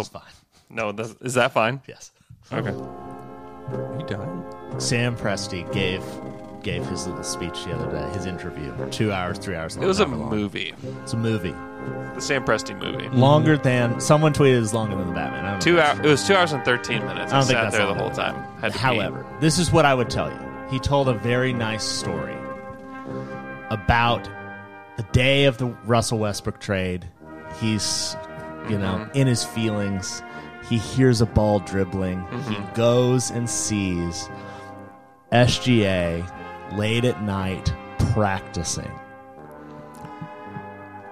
Speaker 7: It's fine.
Speaker 3: No, that's, is that fine?
Speaker 7: Yes.
Speaker 3: Okay.
Speaker 9: Are you done?
Speaker 7: Sam Presti gave gave his little speech the other day, his interview, two hours, three hours long.
Speaker 3: It was a
Speaker 7: however long.
Speaker 3: movie.
Speaker 7: It's a movie.
Speaker 3: The Sam Presti movie.
Speaker 7: Longer than someone tweeted, is longer than the Batman. I don't
Speaker 3: Two
Speaker 7: know.
Speaker 3: hour, It was two hours and thirteen minutes.
Speaker 7: I
Speaker 3: I,
Speaker 7: don't think
Speaker 3: sat
Speaker 7: that's
Speaker 3: there the
Speaker 7: long
Speaker 3: whole
Speaker 7: enough.
Speaker 3: time. Had to pee.
Speaker 7: However, this is what I would tell you. He told a very nice story about the day of the Russell Westbrook trade. He's, you know,
Speaker 3: Mm-hmm.
Speaker 7: in his feelings. He hears a ball dribbling.
Speaker 3: Mm-hmm.
Speaker 7: He goes and sees SGA late at night practicing.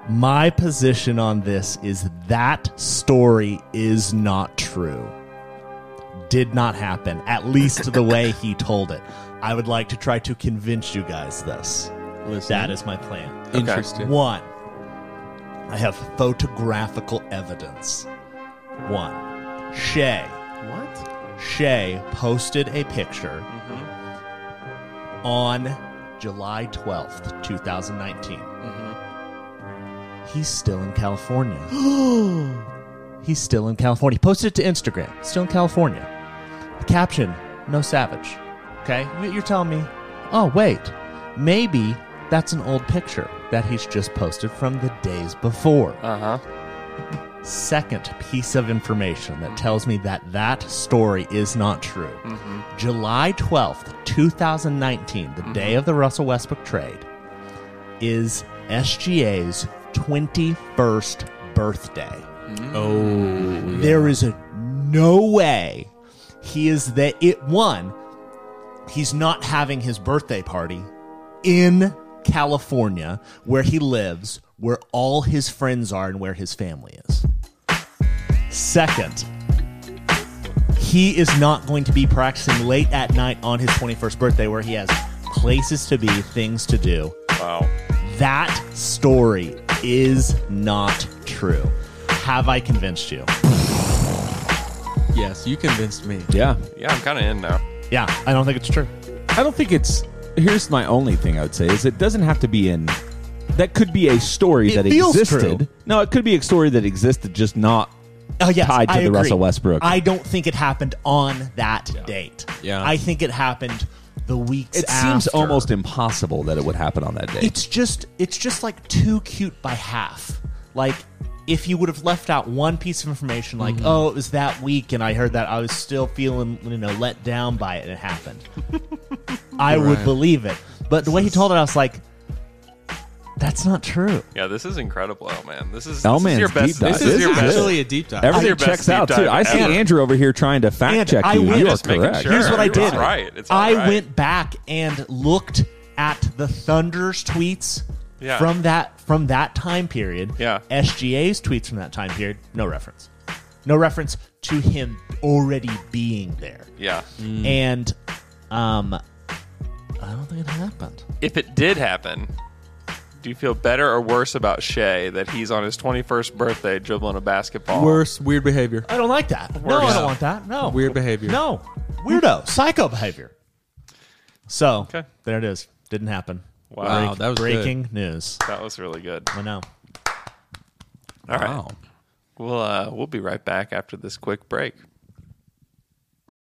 Speaker 7: My position on this is that story is not true did not happen, at least the way he told it. I would like to try to convince you guys this. That is my plan.
Speaker 9: Interesting.
Speaker 7: One, I have photographical evidence. One, Shay. What? Shay posted a picture on July 12th, 2019. He's still in California. He's still in California. He posted it to Instagram. Still in California. The caption, no savage. Okay? You- You're telling me, oh, wait, maybe that's an old picture that he's just posted from the days before.
Speaker 3: Uh huh.
Speaker 7: second piece of information that tells me that that story is not true. July 12th, 2019, the day of the Russell Westbrook trade, is SGA's 21st birthday. Oh. There is a no way he is that it one he's not having his birthday party in California where he lives, where all his friends are, and where his family is. Second, he is not going to be practicing late at night on his 21st birthday where he has places to be, things to do.
Speaker 3: Wow.
Speaker 7: That story is not true. Have I convinced you?
Speaker 9: Yes, you convinced me.
Speaker 5: Yeah.
Speaker 3: Yeah, I'm kind of in now.
Speaker 7: Yeah, I don't think it's true.
Speaker 5: I don't think it's. Here's my only thing I would say is it doesn't have to be in. That could be a story
Speaker 7: It
Speaker 5: that
Speaker 7: feels
Speaker 5: existed.
Speaker 7: true.
Speaker 5: No, it could be a story that existed, just not.
Speaker 7: Oh, yes,
Speaker 5: tied to
Speaker 7: I
Speaker 5: the
Speaker 7: agree.
Speaker 5: Russell Westbrook.
Speaker 7: I don't think it happened on that date.
Speaker 9: Yeah.
Speaker 7: I think it happened the weeks.
Speaker 5: It seems
Speaker 7: after.
Speaker 5: almost impossible that it would happen on that day.
Speaker 7: It's just it's just like too cute by half. Like if you would have left out one piece of information, like oh it was that week and I heard that I was still feeling you know let down by it and it happened. I would believe it, but the way he told it, I was like, that's not true.
Speaker 3: Yeah, this is incredible, L man. This is, this is
Speaker 5: L-Man's
Speaker 3: your best.
Speaker 5: deep dive.
Speaker 3: This is
Speaker 5: This
Speaker 3: your
Speaker 5: is
Speaker 3: best.
Speaker 5: good.
Speaker 9: Actually, a deep dive.
Speaker 3: Everything-
Speaker 5: Everything
Speaker 3: your best
Speaker 5: checks out
Speaker 3: deep
Speaker 5: too.
Speaker 3: dive
Speaker 5: I see
Speaker 3: ever.
Speaker 5: Andrew over here trying to fact
Speaker 7: And
Speaker 5: check
Speaker 7: I
Speaker 5: you.
Speaker 7: win.
Speaker 5: You are
Speaker 3: Just making
Speaker 5: correct.
Speaker 3: sure.
Speaker 7: Here's what I
Speaker 3: It's
Speaker 7: did.
Speaker 3: all right. It's all
Speaker 7: I
Speaker 3: right.
Speaker 7: went back and looked at the Thunder's tweets
Speaker 3: Yeah.
Speaker 7: from that from that time period.
Speaker 3: Yeah.
Speaker 7: SGA's tweets from that time period. No reference. No reference to him already being there.
Speaker 3: Yeah.
Speaker 7: And um I don't think it happened.
Speaker 3: If it did happen, do you feel better or worse about Shea that he's on his 21st birthday dribbling a basketball?
Speaker 9: Worse, weird behavior.
Speaker 7: I don't like that. No, I
Speaker 3: Worse.
Speaker 7: don't want that. No.
Speaker 9: Weird behavior.
Speaker 7: No. Weirdo. Psycho behavior. So
Speaker 3: Okay.
Speaker 7: there it is. Didn't happen.
Speaker 3: Wow,
Speaker 9: that was good.
Speaker 7: breaking news.
Speaker 3: That was really good.
Speaker 7: I know.
Speaker 3: All right.
Speaker 9: Wow.
Speaker 3: We'll uh, we'll be right back after this quick break.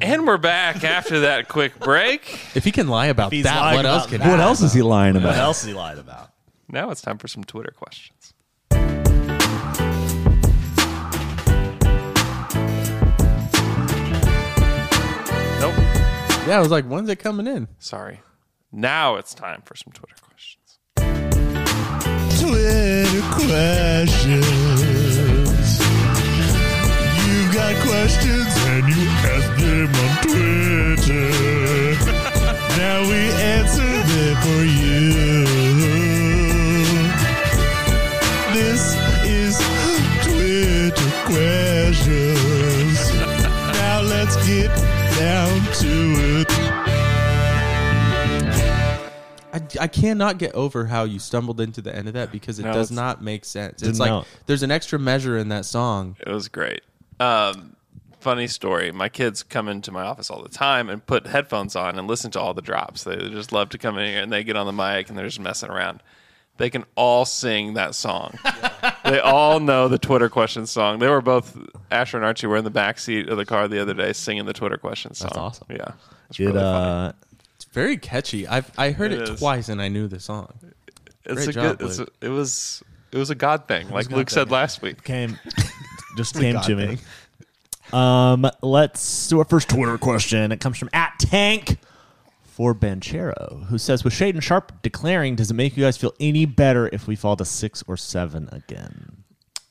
Speaker 3: And we're back after that quick break.
Speaker 9: If he can lie about
Speaker 7: If he's
Speaker 9: that,
Speaker 7: lying
Speaker 9: what else
Speaker 7: about
Speaker 9: can
Speaker 7: that,
Speaker 9: he?
Speaker 5: What else is he lying
Speaker 7: What
Speaker 5: about?
Speaker 7: else he lied about?
Speaker 3: Now it's time for some Twitter questions. Nope.
Speaker 9: Yeah, I was like, when's it coming in?
Speaker 3: Sorry. Now it's time for some Twitter questions.
Speaker 7: Twitter questions. You got questions and you ask them on Twitter. now we answer them for you. This is Twitter questions. now let's get
Speaker 9: I, I cannot get over how you stumbled into the end of that because it
Speaker 3: No,
Speaker 9: does
Speaker 3: it's-
Speaker 9: not make sense.
Speaker 3: Did
Speaker 9: It's like
Speaker 3: not.
Speaker 9: there's an extra measure in that song.
Speaker 3: It was great. Um, funny story. My kids come into my office all the time and put headphones on and listen to all the drops. They just love to come in here and they get on the mic and they're just messing around. They can all sing that song. they all know the Twitter question song. They were both Asher and Archie were in the back seat of the car the other day singing the Twitter question song. That's awesome. Yeah.
Speaker 7: Did, uh,
Speaker 9: It's very catchy. I've I heard it,
Speaker 3: It is.
Speaker 9: twice and I knew the song.
Speaker 3: It's
Speaker 9: Great
Speaker 3: a
Speaker 9: job,
Speaker 3: good it's a,
Speaker 9: Luke.
Speaker 3: it was it was a god thing
Speaker 9: was
Speaker 3: like
Speaker 9: a God
Speaker 3: Luke said
Speaker 9: thing.
Speaker 3: last week.
Speaker 7: Came
Speaker 3: It's
Speaker 7: just
Speaker 3: a
Speaker 7: came
Speaker 3: God
Speaker 7: to me. Um, let's do our first Twitter question. It comes from at Tank for Banchero, who says, "With Shaden Sharp declaring, does it make you guys feel any better if we fall to six or seven again?"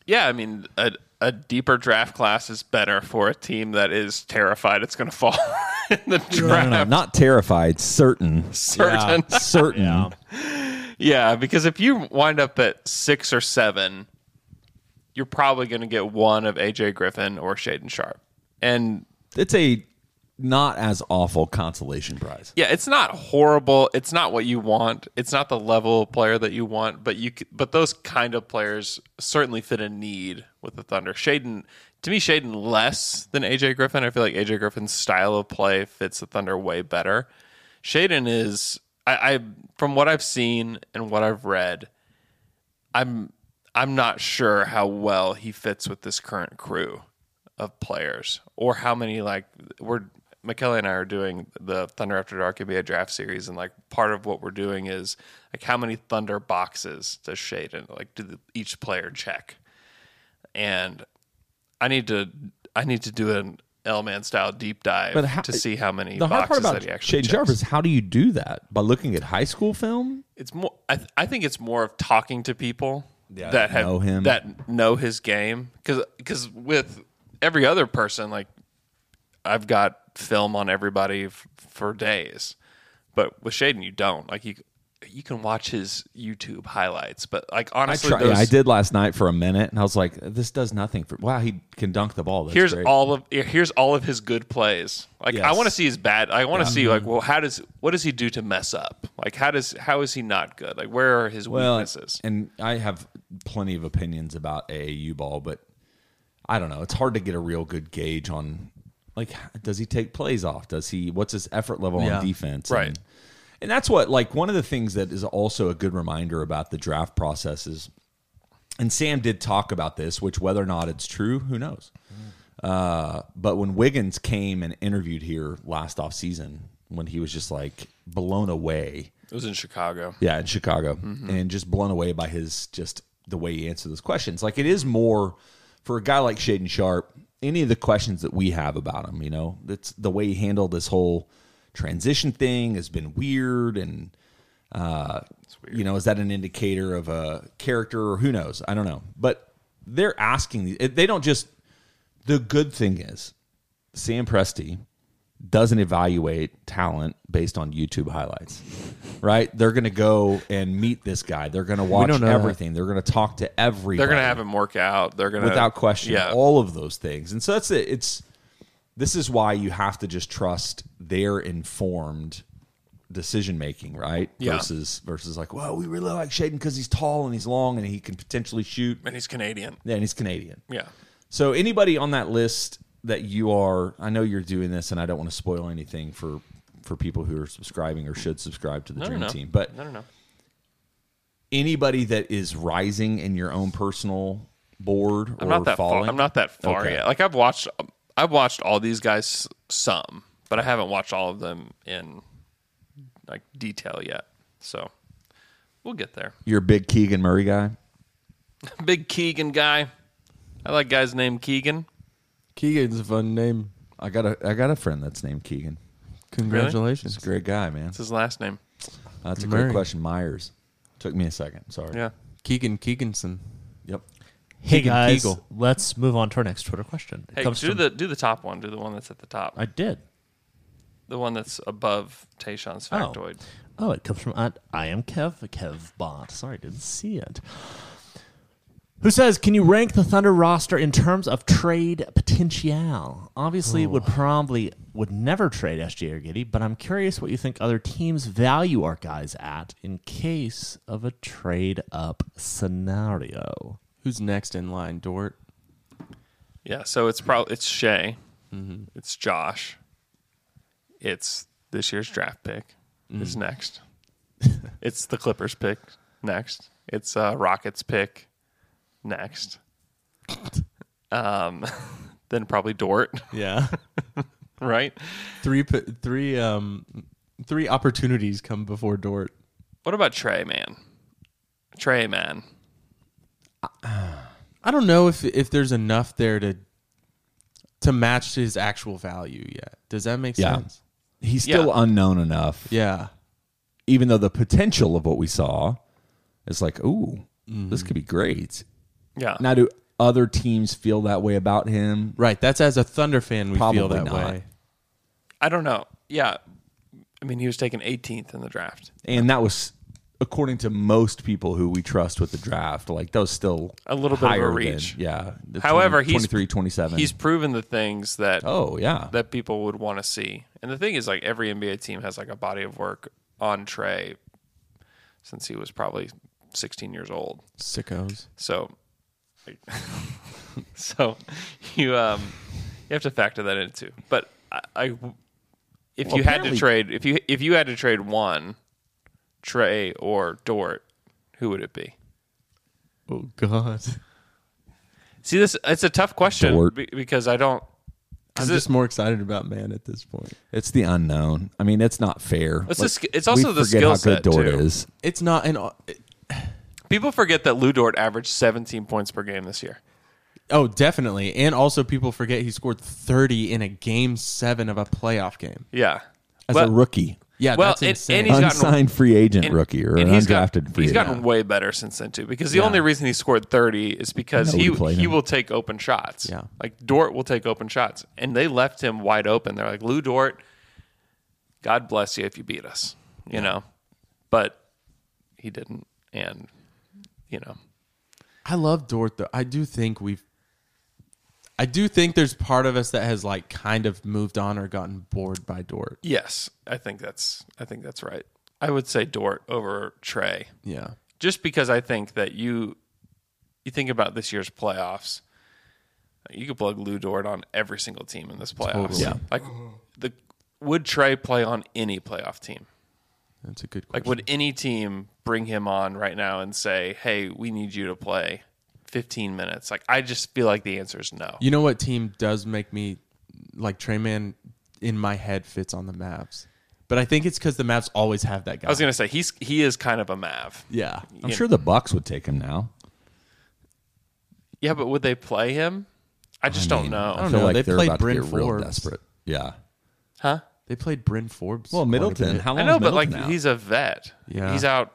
Speaker 3: Yeah, I mean, a, a deeper draft class is better for a team that is terrified it's going to fall in the draft.
Speaker 5: Not terrified, certain.
Speaker 3: Certain.
Speaker 5: Yeah, certain.
Speaker 3: Yeah, because if you wind up at six or seven, you're probably going to get one of AJ Griffin or Shaden Sharp. And
Speaker 5: it's a not as awful consolation prize.
Speaker 3: Yeah, it's not horrible. It's not what you want. It's not the level of player that you want, but you c- but those kind of players certainly fit a need with the Thunder. Shaden to me Shaden less than AJ Griffin. I feel like AJ Griffin's style of play fits the Thunder way better. Shaden is I, I from what I've seen and what I've read, I'm I'm not sure how well he fits with this current crew of players or how many like we're McKelly and I are doing the Thunder After Dark NBA draft series and like part of what we're doing is like how many Thunder boxes does Shaden like do the, each player check and I need to I need to do an L man style deep dive
Speaker 5: But how-
Speaker 3: to see how many
Speaker 5: The hard
Speaker 3: boxes
Speaker 5: part about
Speaker 3: that he actually
Speaker 5: Shane
Speaker 3: checks.
Speaker 5: Sharp is how do you do that? By looking at high school film?
Speaker 3: It's more. I, th- I think it's more of talking to people that
Speaker 5: Yeah, that
Speaker 3: have
Speaker 5: know him.
Speaker 3: that know his game. Because with every other person, like I've got film on everybody f- for days, but with Shaden, you don't. Like you, you can watch his YouTube highlights, but like honestly,
Speaker 5: I, tried,
Speaker 3: those,
Speaker 5: I did last night for a minute, and I was like, "This does nothing for." Wow, he can dunk the ball. That's
Speaker 3: here's
Speaker 5: great.
Speaker 3: all of here's all of his good plays. Like I
Speaker 5: Yes.
Speaker 3: want to see his bad. I want to
Speaker 5: Yeah. Mm-hmm.
Speaker 3: see like well, how does what does he do to mess up? Like how does how is he not good? Like where are his
Speaker 5: well,
Speaker 3: weaknesses?
Speaker 5: and I have plenty of opinions about AAU ball, but I don't know. It's hard to get a real good gauge on like does he take plays off? Does he? What's his effort level
Speaker 6: Yeah.
Speaker 5: on defense?
Speaker 6: Right.
Speaker 5: And, and that's what like one of the things that is also a good reminder about the draft process is, and Sam did talk about this, which whether or not it's true, who knows.
Speaker 6: Mm.
Speaker 5: Uh, but when Wiggins came and interviewed here last offseason, when he was just like blown away
Speaker 3: It was in Chicago.
Speaker 5: yeah, in Chicago, and just blown away by his just the way he answered those questions. Like it is more for a guy like Shaden Sharp. Any of the questions that we have about him, you know, that's the way he handled this whole transition thing has been weird, and uh, you know, is that an indicator of a character or who knows? I don't know, but they're asking. They don't just. The good thing is, Sam Presti doesn't evaluate talent based on YouTube highlights, right? They're going to go and meet this guy. They're going to watch
Speaker 3: don't know that.
Speaker 5: everything. They're going to talk to everybody.
Speaker 3: They're gonna have him work out. They're gonna
Speaker 5: without question,
Speaker 3: Uh, Yeah,
Speaker 5: all of those things. And so that's it. It's this is why you have to just trust their informed decision making, right?
Speaker 3: Yeah.
Speaker 5: Versus versus like, well, we really like Shaden because he's tall and he's long and he can potentially shoot.
Speaker 3: and he's Canadian.
Speaker 5: Yeah, and he's Canadian.
Speaker 3: Yeah.
Speaker 5: So anybody on that list that you are, I know you're doing this, and I don't want to spoil anything for for people who are subscribing or should subscribe to the
Speaker 3: No, no,
Speaker 5: Dream
Speaker 3: no.
Speaker 5: Team, but
Speaker 3: No, no, no.
Speaker 5: anybody that is rising in your own personal board
Speaker 3: I'm
Speaker 5: or
Speaker 3: not that
Speaker 5: falling,
Speaker 3: far. I'm not that far
Speaker 5: Okay.
Speaker 3: yet. Like I've watched, I've watched all these guys some, but I haven't watched all of them in like detail yet. So we'll get there.
Speaker 5: You're a big Keegan Murray guy.
Speaker 3: Big Keegan guy. I like guys named Keegan.
Speaker 5: Keegan's a fun name. I got a I got a friend that's named Keegan.
Speaker 9: Congratulations.
Speaker 5: He's a great guy, man.
Speaker 3: It's his last name.
Speaker 5: That's a
Speaker 9: Murray.
Speaker 5: great question. Myers took me a second. Sorry.
Speaker 3: Yeah.
Speaker 9: Keegan Keeganson.
Speaker 5: Yep.
Speaker 7: Hey
Speaker 9: Keegan
Speaker 7: guys,
Speaker 9: Keegle.
Speaker 7: let's move on to our next Twitter question. It
Speaker 3: Hey, do
Speaker 7: comes from-
Speaker 3: the do the top one. Do the one that's at the top.
Speaker 7: I did.
Speaker 3: The one that's above Tayshawn's
Speaker 7: Oh.
Speaker 3: factoid.
Speaker 7: Oh, it comes from at I am Kev Kev Bot. Sorry, didn't see it.
Speaker 10: who says, "Can you rank the Thunder roster in terms of trade potential? Obviously, it would probably would never trade SJ or Giddy, but I'm curious what you think other teams value our guys at in case of a trade up scenario."
Speaker 9: Who's next in line, Dort?
Speaker 3: Yeah, so it's probably it's Shay, it's Josh, it's this year's draft pick is
Speaker 9: Mhm.
Speaker 3: next, it's the Clippers pick next, it's uh, Rockets pick next, um, then probably Dort.
Speaker 9: Yeah.
Speaker 3: right.
Speaker 9: Three, p- three, um, three opportunities come before Dort.
Speaker 3: What about Trey, man? Trey, man.
Speaker 9: I don't know if if there's enough there to to match his actual value yet. Does that make
Speaker 5: Yeah.
Speaker 9: sense?
Speaker 5: He's still unknown enough.
Speaker 9: Yeah.
Speaker 5: Even though the potential of what we saw is like, ooh, this could be great.
Speaker 3: Yeah.
Speaker 5: Now, do other teams feel that way about him?
Speaker 9: Right. That's as a Thunder fan, we feel that way.
Speaker 3: I don't know. Yeah, I mean he was taken 18th in the draft.
Speaker 5: And that was, according to most people who we trust with the draft, like that was still
Speaker 3: A little bit of a
Speaker 5: higher than-
Speaker 3: reach.
Speaker 5: yeah. the
Speaker 3: However,
Speaker 5: 20
Speaker 3: he's
Speaker 5: 23, 27.
Speaker 3: He's proven the things that
Speaker 5: Oh, yeah.
Speaker 3: that people would want to see. And the thing is, like every NBA team has like a body of work on Trey since he was probably 16 years old.
Speaker 9: Sickos.
Speaker 3: So, so you um you have to factor that in too. But I, I if
Speaker 9: Well,
Speaker 3: you had to
Speaker 9: apparently-
Speaker 3: trade if you if you had to trade one Trey or Dort, who would it be?
Speaker 9: Oh God.
Speaker 3: See this it's a tough question
Speaker 5: Dort.
Speaker 3: be- because I don't
Speaker 9: I'm just more excited about man at this point.
Speaker 5: It's the unknown. I mean, it's not fair.
Speaker 3: It's
Speaker 5: Like,
Speaker 3: the sk- it's also
Speaker 5: we
Speaker 3: the
Speaker 5: forget
Speaker 3: skill
Speaker 5: how
Speaker 3: set,
Speaker 5: good Dort
Speaker 3: too.
Speaker 5: is.
Speaker 9: It's not an.
Speaker 3: People forget that Lou Dort averaged 17 points per game this year.
Speaker 9: Oh, definitely. And also, people forget he scored 30 in a game seven of a playoff game.
Speaker 3: Yeah.
Speaker 5: As a rookie.
Speaker 9: Yeah,
Speaker 3: well,
Speaker 9: that's
Speaker 3: and-
Speaker 9: insane.
Speaker 3: and he's gotten-
Speaker 5: Unsigned free agent
Speaker 3: and-
Speaker 5: rookie or
Speaker 3: and
Speaker 5: an
Speaker 3: he's got-
Speaker 5: undrafted free
Speaker 3: He's
Speaker 5: agent.
Speaker 3: gotten way better since then too, because the
Speaker 5: Yeah.
Speaker 3: only reason he scored 30 is because
Speaker 5: Nobody
Speaker 3: he
Speaker 5: played
Speaker 3: he
Speaker 5: him.
Speaker 3: will take open shots. Yeah, like Dort will take open shots, and they left him wide open. They're like Lou Dort, God bless you if you beat us, you know, but he didn't, and you know,
Speaker 9: I love Dort though. I do think we've I do think there's part of us that has like kind of moved on or gotten bored by Dort.
Speaker 3: Yes, I think that's I think that's right. I would say Dort over Trey.
Speaker 9: Yeah.
Speaker 3: Just because I think that you you think about this year's playoffs, you could plug Lou Dort on every single team in this playoffs.
Speaker 9: Totally. Yeah.
Speaker 3: Like the would Trey play on any playoff team?
Speaker 9: That's a good
Speaker 3: Like would any team bring him on right now and say, "Hey, we need you to play 15 minutes." Like I just feel like the answer is no.
Speaker 9: You know what team does make me like Trey Man in my head fits on the Mavs. But I think it's cuz the Mavs always have that guy.
Speaker 3: I was going to say he's he is kind of a Mav.
Speaker 9: Yeah.
Speaker 5: I'm
Speaker 3: You
Speaker 5: sure the Bucks would take him now.
Speaker 3: Yeah, but would they play him? I just don't
Speaker 5: mean,
Speaker 3: know.
Speaker 5: I feel like they are about to get real desperate. Yeah.
Speaker 3: Huh?
Speaker 9: They played Bryn Forbes.
Speaker 5: Well,
Speaker 9: quite a
Speaker 5: Middleton,
Speaker 9: bit.
Speaker 5: how
Speaker 3: I know, but like he's a vet.
Speaker 9: Yeah.
Speaker 3: he's out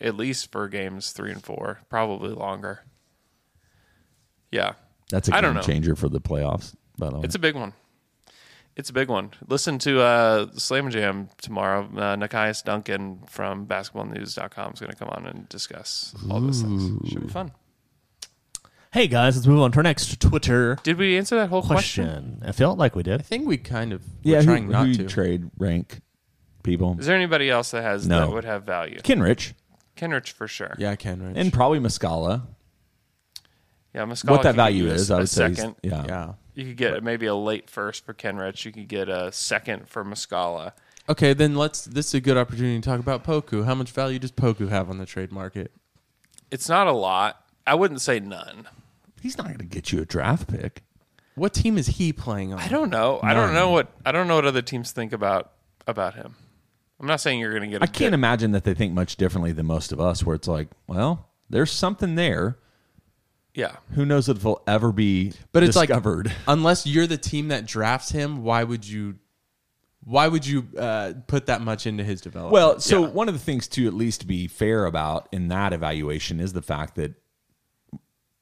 Speaker 3: at least for games three and four, probably longer. Yeah,
Speaker 5: That's a game
Speaker 3: I don't know.
Speaker 5: changer for the playoffs, by the way.
Speaker 3: It's a big one. It's a big one. Listen to uh, Slam Jam tomorrow. Uh, Nikias Duncan from BasketballNews.com is going to come on and discuss all those things. Should be fun.
Speaker 10: Hey guys, let's move on to our next Twitter
Speaker 3: Did we answer that whole question?
Speaker 10: question. I felt like we did. I
Speaker 9: think we kind of
Speaker 5: yeah, who,
Speaker 10: trying not
Speaker 5: who
Speaker 10: to.
Speaker 5: trade rank people?
Speaker 3: Is there anybody else that has
Speaker 5: No.
Speaker 3: that would have value?
Speaker 5: Kenrich.
Speaker 3: Kenrich for sure.
Speaker 9: Kenrich.
Speaker 5: And probably Muscala.
Speaker 3: Yeah, Muscala
Speaker 5: What that
Speaker 3: could
Speaker 5: value
Speaker 3: use
Speaker 5: is, I
Speaker 3: a
Speaker 5: would say he's-
Speaker 3: second.
Speaker 5: yeah. Yeah.
Speaker 3: You could get maybe a late first for Kenrich. You could get a second for Muscala.
Speaker 9: Okay, then let's this is a good opportunity to talk about Poku. How much value does Poku have on the trade market?
Speaker 3: It's not a lot. I wouldn't say none.
Speaker 5: He's not going to get you a draft pick.
Speaker 9: What team is he playing on?
Speaker 3: I don't know. I don't
Speaker 5: None.
Speaker 3: know what I don't know what other teams think about about him. I'm not saying you're going to get. I
Speaker 5: I can't imagine that they think much differently than most of us, where it's like, well, there's something there.
Speaker 3: Yeah.
Speaker 5: Who knows if it'll ever be
Speaker 9: But it's
Speaker 5: discovered?
Speaker 9: like unless you're the team that drafts him, why would you why would you uh, put that much into his development?
Speaker 5: Well, so one of the things to at least be fair about in that evaluation is the fact that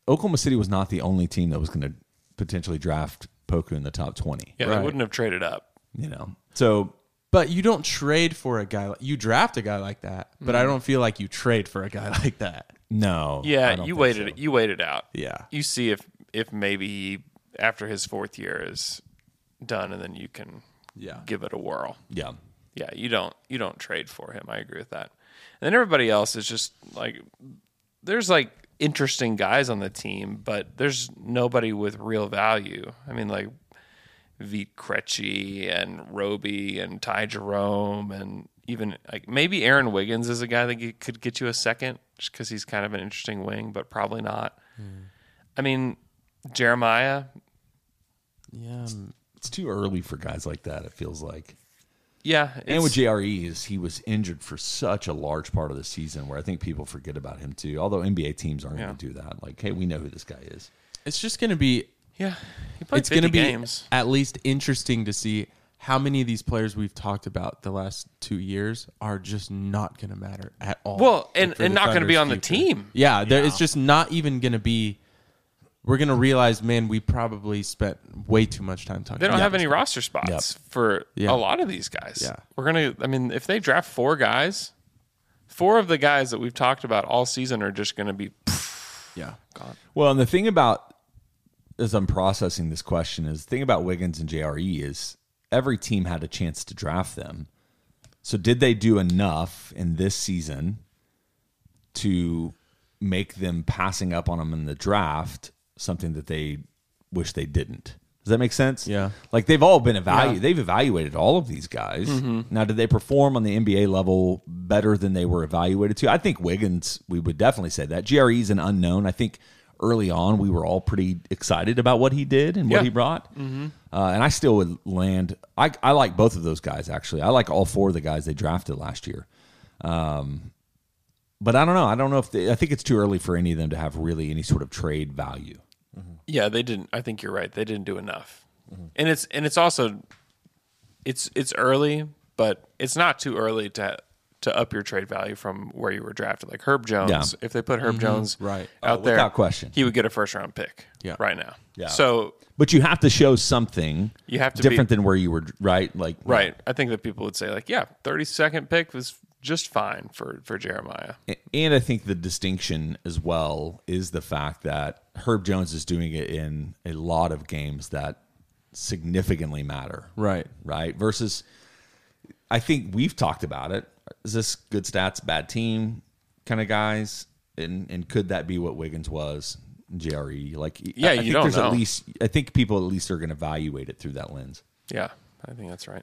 Speaker 5: Oklahoma City was not the only team that was going to potentially draft Poku in the top 20.
Speaker 3: Yeah, they wouldn't have traded up.
Speaker 5: You know. So
Speaker 9: But you don't trade for a guy like you draft a guy like that, but I
Speaker 5: Mhm.
Speaker 9: don't feel like you trade for a guy like that.
Speaker 5: No. I
Speaker 3: yeah,
Speaker 5: don't
Speaker 3: you
Speaker 5: think
Speaker 3: waited. You waited out.
Speaker 5: Yeah.
Speaker 3: you see if if maybe he, after his fourth year is done, and then you can
Speaker 5: yeah
Speaker 3: give it a whirl.
Speaker 5: Yeah.
Speaker 3: yeah. You don't you don't trade for him. I agree with that. And then everybody else is just like there's like interesting guys on the team, but there's nobody with real value. I mean, like Viet Krejci and Roby and Ty Jerome and even like maybe Aaron Wiggins is a guy that get- could get you a second just because he's kind of an interesting wing, but probably not.
Speaker 9: Hmm.
Speaker 3: I mean, Jeremiah,
Speaker 9: Yeah.
Speaker 5: It's too early for guys like that. It feels like.
Speaker 3: Yeah,
Speaker 5: and
Speaker 3: it's-
Speaker 5: with JRE is he was injured for such a large part of the season, where I think people forget about him too. Although NBA teams aren't going to do that. Like, hey, we know who this guy is.
Speaker 9: It's just going to be
Speaker 3: yeah.
Speaker 9: it's going to be at least interesting to see how many of these players we've talked about the last two years are just not going to matter at all.
Speaker 3: Well, and-
Speaker 9: for
Speaker 3: and
Speaker 9: the
Speaker 3: not gonna be
Speaker 9: Thunder's
Speaker 3: on the
Speaker 9: future.
Speaker 3: team.
Speaker 9: Yeah, there, it's
Speaker 3: Yeah.
Speaker 9: just not even going to be. We're going to realize, man, we probably spent way too much time talking.
Speaker 3: They don't
Speaker 9: about
Speaker 3: have
Speaker 9: this
Speaker 3: any
Speaker 9: guy.
Speaker 3: roster spots for
Speaker 9: Yeah.
Speaker 3: a lot of these guys.
Speaker 9: Yeah.
Speaker 3: We're going to, I mean, if they draft four guys, four of the guys that we've talked about all season are just going to be,
Speaker 9: yeah,
Speaker 3: gone.
Speaker 5: Well, and the thing about as I'm processing this question is the thing about Wiggins and JRE is every team had a chance to draft them. So did they do enough in this season to make them passing up on them in the draft something that they wish they didn't? Does that make sense? Yeah. Like they've all been evaluated.
Speaker 9: Yeah.
Speaker 5: They've evaluated all of these guys.
Speaker 9: Mhm.
Speaker 5: Now, did they perform on the NBA level better than they were evaluated to? I think Wiggins, we would definitely say that. GRE is an unknown. I think early on, we were all pretty excited about what he did and
Speaker 9: Yeah.
Speaker 5: what he brought.
Speaker 9: Mhm.
Speaker 5: Uh, and I still would land. I, I like both of those guys, actually. I like all four of the guys they drafted last year. Um, but I don't know. I don't know if they, I think it's too early for any of them to have really any sort of trade value.
Speaker 3: yeah, they didn't, I think you're right. They didn't do enough.
Speaker 5: Mm-hmm.
Speaker 3: And it's, and it's also, it's, it's early, but it's not too early to, to up your trade value from where you were drafted. Like Herb Jones,
Speaker 5: Yeah.
Speaker 3: if they put Herb
Speaker 5: Mhm.
Speaker 3: Jones
Speaker 5: Right.
Speaker 3: out
Speaker 5: Oh,
Speaker 3: there,
Speaker 5: without question.
Speaker 3: he would get a first round pick
Speaker 5: Yeah.
Speaker 3: right now.
Speaker 5: Yeah.
Speaker 3: So
Speaker 5: But you have to show something.
Speaker 3: You have to be-
Speaker 5: different than where you were, right? Like
Speaker 3: Right. I think that people would say like, yeah, 32nd pick was just fine for for Jeremiah.
Speaker 5: A- And I think the distinction as well is the fact that Herb Jones is doing it in a lot of games that significantly matter.
Speaker 9: Right.
Speaker 5: Right. Versus, I think we've talked about it. Is this good stats, bad team kind of guys? And and could that be what Wiggins was? JRE? E? Like, I-
Speaker 3: Yeah,
Speaker 5: I,
Speaker 3: you
Speaker 5: think
Speaker 3: don't
Speaker 5: there's
Speaker 3: know.
Speaker 5: at least, I think people at least are going to evaluate it through that lens.
Speaker 3: Yeah. I think that's right.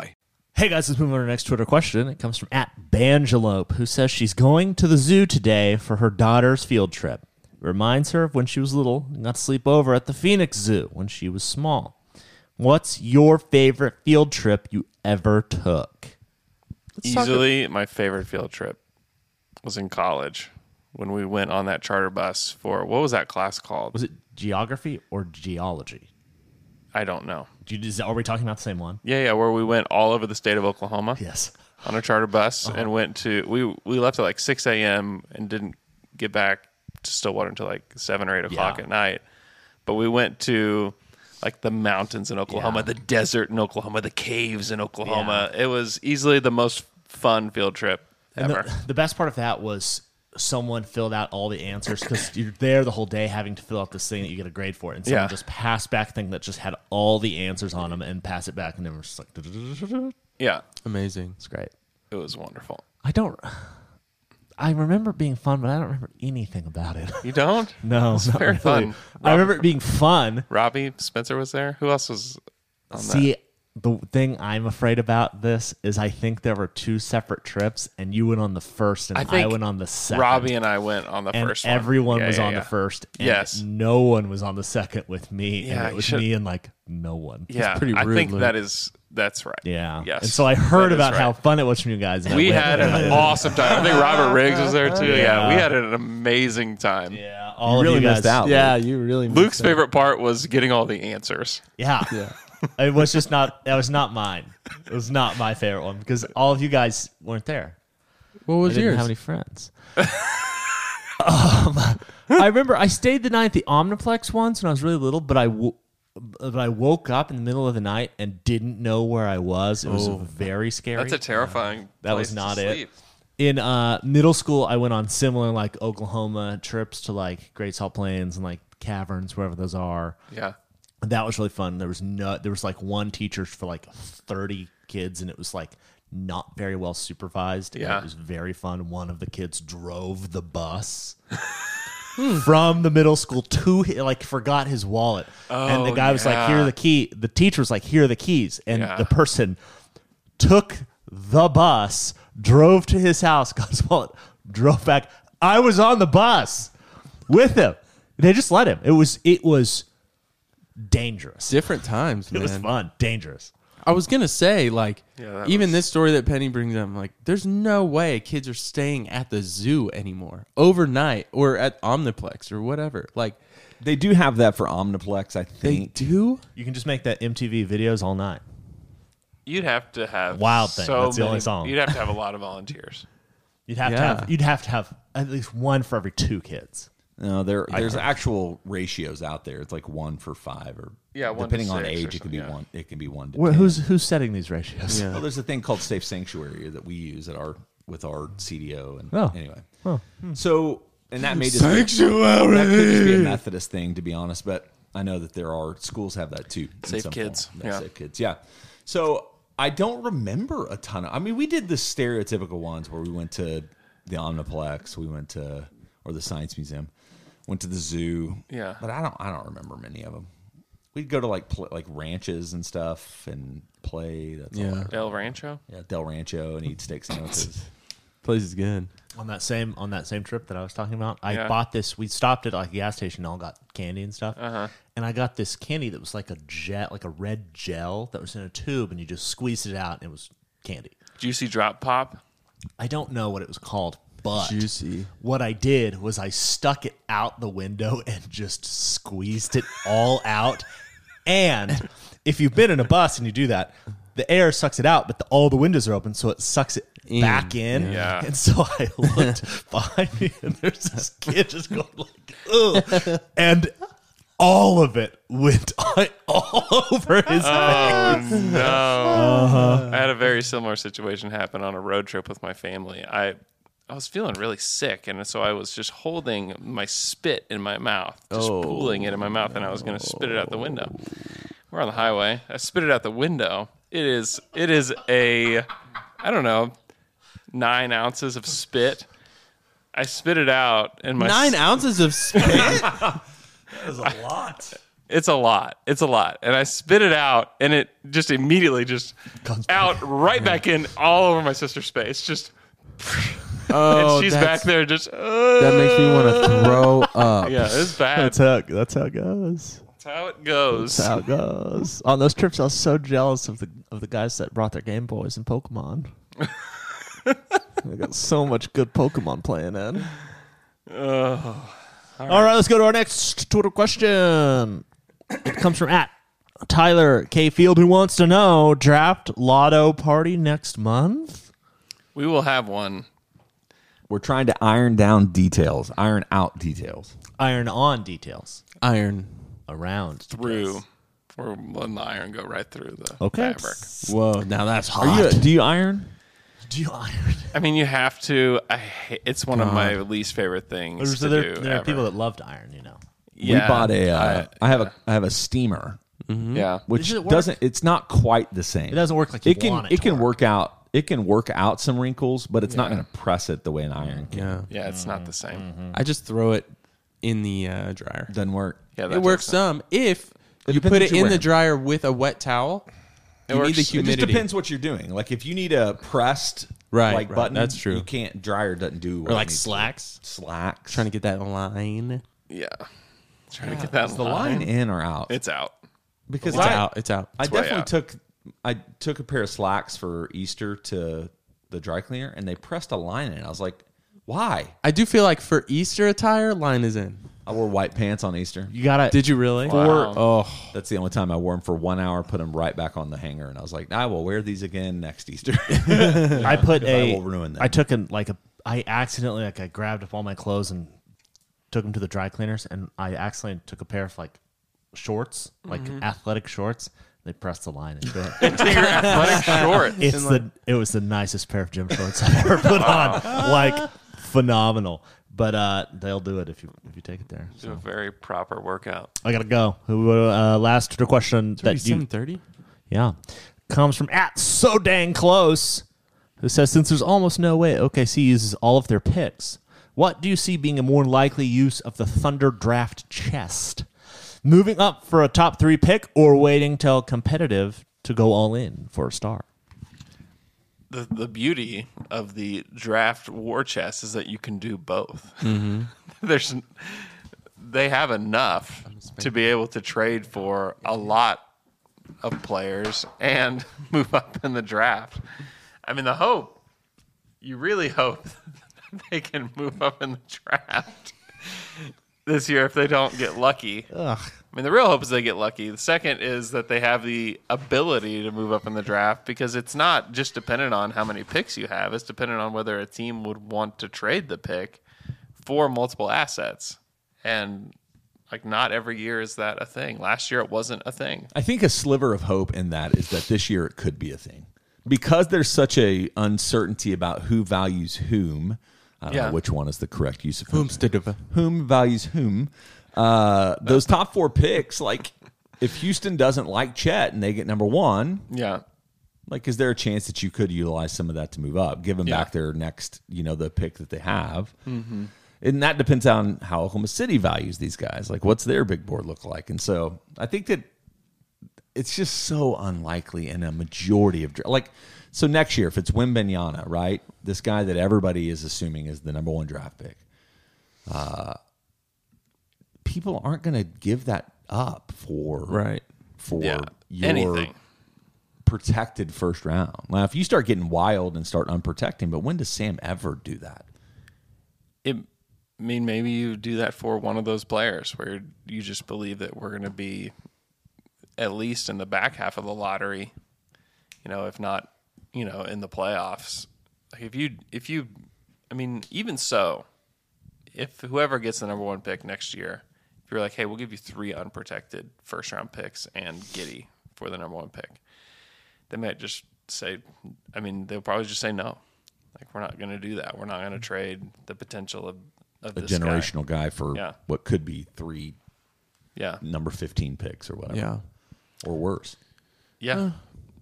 Speaker 7: Hey guys, let's move on to our next Twitter question. It comes from at Bangelope, who says she's going to the zoo today for her daughter's field trip. It reminds her of when she was little and got to sleep over at the Phoenix Zoo when she was small. What's your favorite field trip you ever took? Let's talk
Speaker 3: Easily my favorite field trip was in college when we went on that charter bus for what was that class called?
Speaker 7: Was it geography or geology?
Speaker 3: I don't know.
Speaker 7: Do you, is, are we talking about the same one?
Speaker 3: Yeah, yeah, where we went all over the state of Oklahoma.
Speaker 7: Yes.
Speaker 3: On a charter bus
Speaker 7: Uh-huh.
Speaker 3: and went to we we left at like six AM and didn't get back to Stillwater until like seven or eight o'clock
Speaker 9: Yeah.
Speaker 3: at night. But we went to like the mountains in Oklahoma,
Speaker 9: Yeah.
Speaker 3: the desert in Oklahoma, the caves in Oklahoma. It was easily the most fun field trip
Speaker 7: And
Speaker 3: ever.
Speaker 7: the, the best part of that was someone filled out all the answers because you're there the whole day having to fill out this thing that you get a grade for, it, and someone
Speaker 3: Yeah.
Speaker 7: just passed back a thing that just had all the answers on them and pass it back, and they were just like,
Speaker 3: yeah,
Speaker 9: amazing.
Speaker 7: It's great.
Speaker 3: It was wonderful.
Speaker 7: I don't. I remember it being fun, but I don't remember anything about it.
Speaker 3: You don't?
Speaker 7: No,
Speaker 3: it's
Speaker 7: not
Speaker 3: very
Speaker 7: really.
Speaker 3: fun.
Speaker 7: I remember it being fun.
Speaker 3: Robbie Spencer was there. Who else was on
Speaker 7: See,
Speaker 3: that?
Speaker 7: the thing I'm afraid about this is I think there were two separate trips, and you went on the first, and I, went on the second.
Speaker 3: Robbie and I went on the
Speaker 7: and
Speaker 3: first. one.
Speaker 7: Everyone
Speaker 3: Yeah,
Speaker 7: was
Speaker 3: yeah,
Speaker 7: on
Speaker 3: yeah.
Speaker 7: the first. And
Speaker 3: yes,
Speaker 7: No one was on the second with me.
Speaker 3: Yeah,
Speaker 7: and it
Speaker 3: you
Speaker 7: was
Speaker 3: should-
Speaker 7: me and like no one.
Speaker 3: Yeah,
Speaker 7: It's pretty rude.
Speaker 3: I think
Speaker 7: Luke.
Speaker 3: that is That's right.
Speaker 7: Yeah.
Speaker 3: Yes.
Speaker 7: And so I heard
Speaker 3: That is
Speaker 7: about how
Speaker 3: right.
Speaker 7: fun it was from you guys. and I
Speaker 3: we
Speaker 7: went.
Speaker 3: had an awesome time. I think Robert Riggs was there too. Yeah,
Speaker 7: Yeah.
Speaker 3: we had an amazing time.
Speaker 7: Yeah, all of you guys. Yeah, you really. missed
Speaker 3: Luke's
Speaker 7: out.
Speaker 3: favorite part was getting all the answers.
Speaker 7: Yeah. Yeah. it was just not. That was not mine. It was not my favorite one because all of you guys weren't there.
Speaker 9: What was
Speaker 7: I didn't
Speaker 9: yours?
Speaker 7: Have any friends? um, I remember I stayed the night at the Omniplex once when I was really little, but I. W- but I woke up in the middle of the night and didn't know where I was. It was
Speaker 3: Oh.
Speaker 7: very scary.
Speaker 3: That's a terrifying
Speaker 7: That was
Speaker 3: place to
Speaker 7: not it
Speaker 3: sleep.
Speaker 7: in uh, middle school, I went on similar like Oklahoma trips to like Great Salt Plains and like caverns, wherever those are.
Speaker 3: Yeah.
Speaker 7: that was really fun. There was no, there was like one teacher for like thirty kids, and it was like not very well supervised. and
Speaker 3: Yeah.
Speaker 7: it was very fun. One of the kids drove the bus. From the middle school to hi- like forgot his wallet, and the
Speaker 10: Oh,
Speaker 7: guy was like,
Speaker 10: yeah.
Speaker 7: "Here are the key." The teacher was like, "Here are the keys," and
Speaker 10: Yeah.
Speaker 7: the person took the bus, drove to his house, got his wallet, drove back. I was on the bus with him. They just let him. It was it was dangerous.
Speaker 9: Different times,
Speaker 7: It was
Speaker 9: man.
Speaker 7: fun. Dangerous.
Speaker 9: I was gonna say, like,
Speaker 7: Yeah, that
Speaker 9: even this story that Penny brings up, like, there's no way kids are staying at the zoo anymore overnight or at Omniplex or whatever. Like,
Speaker 5: they do have that for Omniplex. I think
Speaker 9: they do.
Speaker 7: You can just make that MTV videos all night.
Speaker 3: You'd have to have
Speaker 7: Wild Thing.
Speaker 3: So
Speaker 7: That's the only
Speaker 3: many-
Speaker 7: song.
Speaker 3: You'd have to have a lot of volunteers.
Speaker 7: You'd have to
Speaker 5: Yeah.
Speaker 7: have you'd have to have at least one for every two kids.
Speaker 5: No, there
Speaker 7: I
Speaker 5: there's
Speaker 7: heard.
Speaker 5: actual ratios out there. It's like one for five or
Speaker 7: Yeah, one to
Speaker 5: depending on
Speaker 7: six or
Speaker 5: age, it could be
Speaker 7: something, yeah.
Speaker 5: one. It can be one. To
Speaker 7: Wh-
Speaker 5: 10.
Speaker 7: who's who's setting these ratios?
Speaker 5: Well, there's a thing called Safe Sanctuary that we use at our with our CDO and
Speaker 7: Oh.
Speaker 5: anyway.
Speaker 7: Oh.
Speaker 5: So and that may just Be,
Speaker 7: Sanctuary!
Speaker 5: that could just be a Methodist thing to be honest, but I know that there are schools have that too. in
Speaker 3: Safe
Speaker 5: some
Speaker 3: kids,
Speaker 5: form. That
Speaker 3: yeah.
Speaker 5: Safe kids. Yeah. So I don't remember a ton of I mean we did the stereotypical ones where we went to the Omniplex, we went to or the Science Museum, went to the zoo.
Speaker 3: Yeah.
Speaker 5: But I don't I don't remember many of them. We'd go to like pl- like ranches and stuff and play. That's all I
Speaker 9: Yeah.
Speaker 5: remember.
Speaker 3: El Rancho?
Speaker 5: Yeah, Del Rancho and eat steak sandwiches.
Speaker 9: Place is good.
Speaker 7: On that same on that same trip that I was talking about, I
Speaker 5: Yeah.
Speaker 7: bought this. We stopped at like a gas station, and all got candy and stuff.
Speaker 3: Uh-huh.
Speaker 7: And I got this candy that was like a jet, like a red gel that was in a tube, and you just squeezed it out, and it was candy.
Speaker 3: Juicy drop pop.
Speaker 7: I don't know what it was called, but
Speaker 9: Juicy.
Speaker 7: What I did was I stuck it out the window and just squeezed it all out. And if you've been in a bus and you do that, the air sucks it out, but the, all the windows are open, so it sucks it back in.
Speaker 10: yeah.
Speaker 7: And so I looked behind me, and there's this kid just going like, "Ugh," and all of it went all over his
Speaker 3: Oh
Speaker 7: face.
Speaker 3: no!
Speaker 7: Uh-huh.
Speaker 3: I had a very similar situation happen on a road trip with my family. I I was feeling really sick, and so I was just holding my spit in my mouth, just pooling it in my mouth, and I was going to spit it out the window. We're on the highway. I spit it out the window. It is it is a I don't know nine ounces of spit. I spit it out, and my
Speaker 9: Nine ounces of spit.
Speaker 7: That was a lot.
Speaker 3: It's a lot. It's a lot. And I spit it out, and it just immediately just out right back in all over my sister's face. Just
Speaker 9: Oh,
Speaker 3: and she's
Speaker 9: that's-
Speaker 3: back there. Just uh,
Speaker 9: that makes me want to throw up.
Speaker 3: Yeah, it's bad.
Speaker 7: That's how that's how it goes.
Speaker 3: That's how it goes.
Speaker 7: That's how it goes. On those trips, I was so jealous of the of the guys that brought their Game Boys and Pokemon. I got so much good Pokemon playing in.
Speaker 3: Oh.
Speaker 7: All right. let's go to our next Twitter question. It comes from at Tyler K Field, who wants to know draft lotto party next month.
Speaker 3: We will have one.
Speaker 5: We're trying to iron down details, iron out details.
Speaker 7: Iron on details.
Speaker 9: Iron
Speaker 7: around
Speaker 3: through. We're letting the iron go right through the
Speaker 7: Okay.
Speaker 3: fabric.
Speaker 9: Whoa, now that's hot.
Speaker 5: Are you do you iron?
Speaker 7: Do you iron?
Speaker 3: I mean, you have to. I, ha- it's one of
Speaker 5: God.
Speaker 3: my least favorite things
Speaker 7: So
Speaker 3: to
Speaker 7: there,
Speaker 3: do.
Speaker 7: there are
Speaker 3: ever.
Speaker 7: people that love to iron, you know.
Speaker 5: we bought a. Uh, I, have a I have a steamer.
Speaker 3: Yeah.
Speaker 5: which
Speaker 7: Does it work?
Speaker 5: does not It's not quite the same.
Speaker 7: It doesn't work like you
Speaker 5: it can.
Speaker 7: want it
Speaker 5: it
Speaker 7: to
Speaker 5: can work. out. It can work out some wrinkles, but it's not
Speaker 9: Yeah.
Speaker 5: going to press it the way an iron can.
Speaker 9: Yeah.
Speaker 3: Yeah, it's not the same.
Speaker 9: I just throw it in the uh, dryer.
Speaker 5: Doesn't work.
Speaker 9: Yeah,
Speaker 3: that
Speaker 9: it works some if you put
Speaker 5: what
Speaker 9: it
Speaker 5: you're
Speaker 9: in the
Speaker 5: wearing.
Speaker 9: dryer with a wet towel.
Speaker 5: It
Speaker 9: you
Speaker 5: works.
Speaker 9: need the
Speaker 5: It
Speaker 9: humidity.
Speaker 5: just depends what you're doing. Like if you need a pressed
Speaker 9: Right,
Speaker 5: like
Speaker 9: right.
Speaker 5: button,
Speaker 9: That's true.
Speaker 5: You can't dryer doesn't do what
Speaker 9: Or
Speaker 5: it
Speaker 9: like
Speaker 5: needs to do.
Speaker 9: slacks.
Speaker 5: Slacks.
Speaker 9: Trying to get that line.
Speaker 3: Yeah.
Speaker 5: Yeah, is the line in or out?
Speaker 3: It's out.
Speaker 5: Because
Speaker 9: It's
Speaker 5: I,
Speaker 9: out. It's out.
Speaker 5: I
Speaker 9: It's way
Speaker 5: definitely
Speaker 9: out.
Speaker 5: took I took a pair of slacks for Easter to the dry cleaner, and they pressed a line in. it. I was like, why?
Speaker 9: I do feel like for Easter attire, line is in.
Speaker 5: I wore white pants on Easter.
Speaker 9: You gotta- Did you really?
Speaker 5: Four,
Speaker 9: Wow.
Speaker 5: Oh, that's the only time I wore them for one hour. Put them right back on the hanger, and I was like, I will wear these again next Easter.
Speaker 7: I put
Speaker 5: Because
Speaker 7: a.
Speaker 5: I will ruin them.
Speaker 7: I took an like a. I accidentally like I grabbed up all my clothes and took them to the dry cleaners, and I accidentally took a pair of like shorts, like
Speaker 9: Mhm.
Speaker 7: athletic shorts. They pressed the line into it.
Speaker 9: Into your athletic shorts.
Speaker 7: It's
Speaker 9: And,
Speaker 7: the. It was the nicest pair of gym shorts I've ever put on. Like phenomenal. But uh, they'll do it if you if you take it there.
Speaker 3: It's a very proper workout.
Speaker 7: I gotta go. Who uh, last question
Speaker 3: already
Speaker 7: that you
Speaker 3: 7:30?
Speaker 7: Yeah, comes from at so dang close. Who says since there's almost no way OKC uses all of their picks, what do you see being a more likely use of the Thunder draft chest? Moving up for a top three pick or waiting till competitive to go all in for a star?
Speaker 3: The the beauty of the draft war chest is that you can do both.
Speaker 9: Mhm.
Speaker 3: There's n- they have enough to be able to trade for a lot of players and move up in the draft. I mean, the hope you really hope that they can move up in the draft this year if they don't get lucky.
Speaker 7: Ugh.
Speaker 3: I mean, the real hope is they get lucky. The second is that they have the ability to move up in the draft because it's not just dependent on how many picks you have, it's dependent on whether a team would want to trade the pick for multiple assets. And like, not every year is that a thing. Last year, it wasn't a thing.
Speaker 5: I think a sliver of hope in that is that this year it could be a thing because there's such a uncertainty about who values whom. I don't
Speaker 9: Yeah.
Speaker 5: know which one is the correct use of whom. Whom values whom? Uh, those top four picks, like if Houston doesn't like Chet and they get number one,
Speaker 3: yeah.
Speaker 5: Like, is there a chance that you could utilize some of that to move up, give them
Speaker 3: Yeah.
Speaker 5: back their next, you know, the pick that they have?
Speaker 9: Mm-hmm.
Speaker 3: Mhm.
Speaker 5: And that depends on how Oklahoma City values these guys. Like, what's their big board look like? And so I think that it's just so unlikely in a majority of dra- like. So next year, if it's Wimbenyana, right, this guy that everybody is assuming is the number one draft pick, uh, people aren't going to give that up for
Speaker 9: Right.
Speaker 5: for
Speaker 9: Yeah,
Speaker 5: your
Speaker 9: anything.
Speaker 5: protected first round. Now, if you start getting wild and start unprotecting, but when does Sam ever do that?
Speaker 3: It I mean maybe you do that for one of those players where you just believe that we're going to be at least in the back half of the lottery, you know, if not, you know, in the playoffs. Like if you if you I mean even so, if whoever gets the number 1 pick next year, if you're like, "Hey, we'll give you three unprotected first round picks and Giddy for the number 1 pick." They might just say I mean, they'll probably just say no. Like we're not going to do that. We're not going to trade the potential of, of
Speaker 5: A
Speaker 3: this guy.
Speaker 5: generational guy, for
Speaker 3: yeah,
Speaker 5: what could be three,
Speaker 3: Yeah.
Speaker 5: number fifteen picks or whatever,
Speaker 9: Yeah.
Speaker 5: or worse,
Speaker 3: yeah,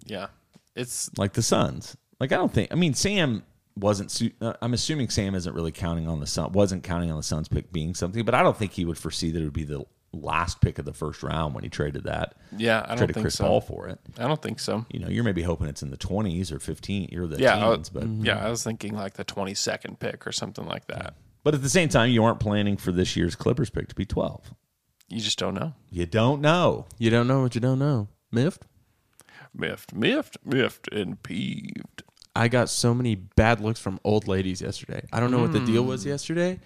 Speaker 3: yeah. It's
Speaker 5: like the Suns. Like I don't think. I mean, Sam wasn't. Su- uh, I'm assuming Sam isn't really counting on the Sun. Wasn't counting on the Suns pick being something, but I don't think he would foresee that it would be the last pick of the first round when he traded that.
Speaker 3: yeah. I don't
Speaker 5: traded
Speaker 3: think
Speaker 5: Chris
Speaker 3: so.
Speaker 5: Paul for it.
Speaker 3: I don't think so.
Speaker 5: You know, you're maybe hoping it's in the 20s or 15 or the
Speaker 3: yeah, uh, I-
Speaker 5: teens, but
Speaker 3: yeah. I was thinking like the twenty second pick or something like that.
Speaker 5: But at the same time, you aren't planning for this year's Clippers pick to be 12.
Speaker 3: You just don't know.
Speaker 5: You don't know.
Speaker 9: You don't know what you don't know. Miffed?
Speaker 3: Miffed, miffed, miffed, and peeved.
Speaker 9: I got so many bad looks from old ladies yesterday. I don't know what the deal was
Speaker 3: Mm.
Speaker 9: yesterday,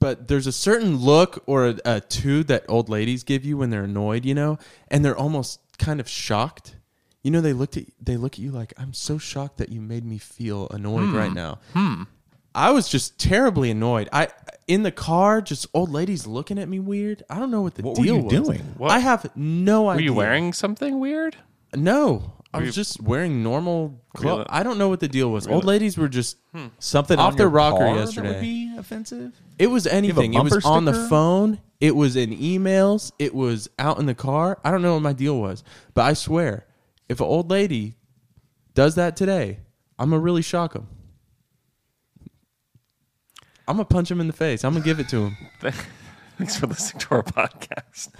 Speaker 9: but there's a certain look or a, a two that old ladies give you when they're annoyed, you know, and they're almost kind of shocked. You know, they looked at they look at you like, "I'm so shocked that you made me feel annoyed
Speaker 3: Hmm.
Speaker 9: right now."
Speaker 3: Hmm.
Speaker 9: I was just terribly annoyed. I in the car, just old ladies looking at me weird. I don't know what the
Speaker 3: were
Speaker 9: deal
Speaker 3: you
Speaker 9: was.
Speaker 3: doing? What-
Speaker 9: I have no
Speaker 3: Were
Speaker 9: idea.
Speaker 3: you wearing something weird?
Speaker 9: No, I
Speaker 3: Were
Speaker 9: was
Speaker 3: you-
Speaker 9: just wearing normal
Speaker 3: Were you
Speaker 9: clothes.
Speaker 3: li-
Speaker 9: I don't know what the deal was.
Speaker 3: Were you
Speaker 9: Old
Speaker 3: li-
Speaker 9: ladies were just
Speaker 3: Hmm.
Speaker 5: something
Speaker 9: off
Speaker 5: on
Speaker 9: their
Speaker 5: your
Speaker 9: rocker
Speaker 5: car that would
Speaker 9: yesterday.
Speaker 5: be offensive?
Speaker 9: It was
Speaker 5: You have a
Speaker 9: anything. It was
Speaker 5: bumper
Speaker 9: on the
Speaker 5: sticker?
Speaker 9: phone. It was in emails. It was out in the car. I don't know what my deal was, but I swear, if an old lady does that today, I'm gonna really shock him. I'm gonna punch him in the face. I'm gonna give it to him.
Speaker 3: Thanks for listening to our podcast.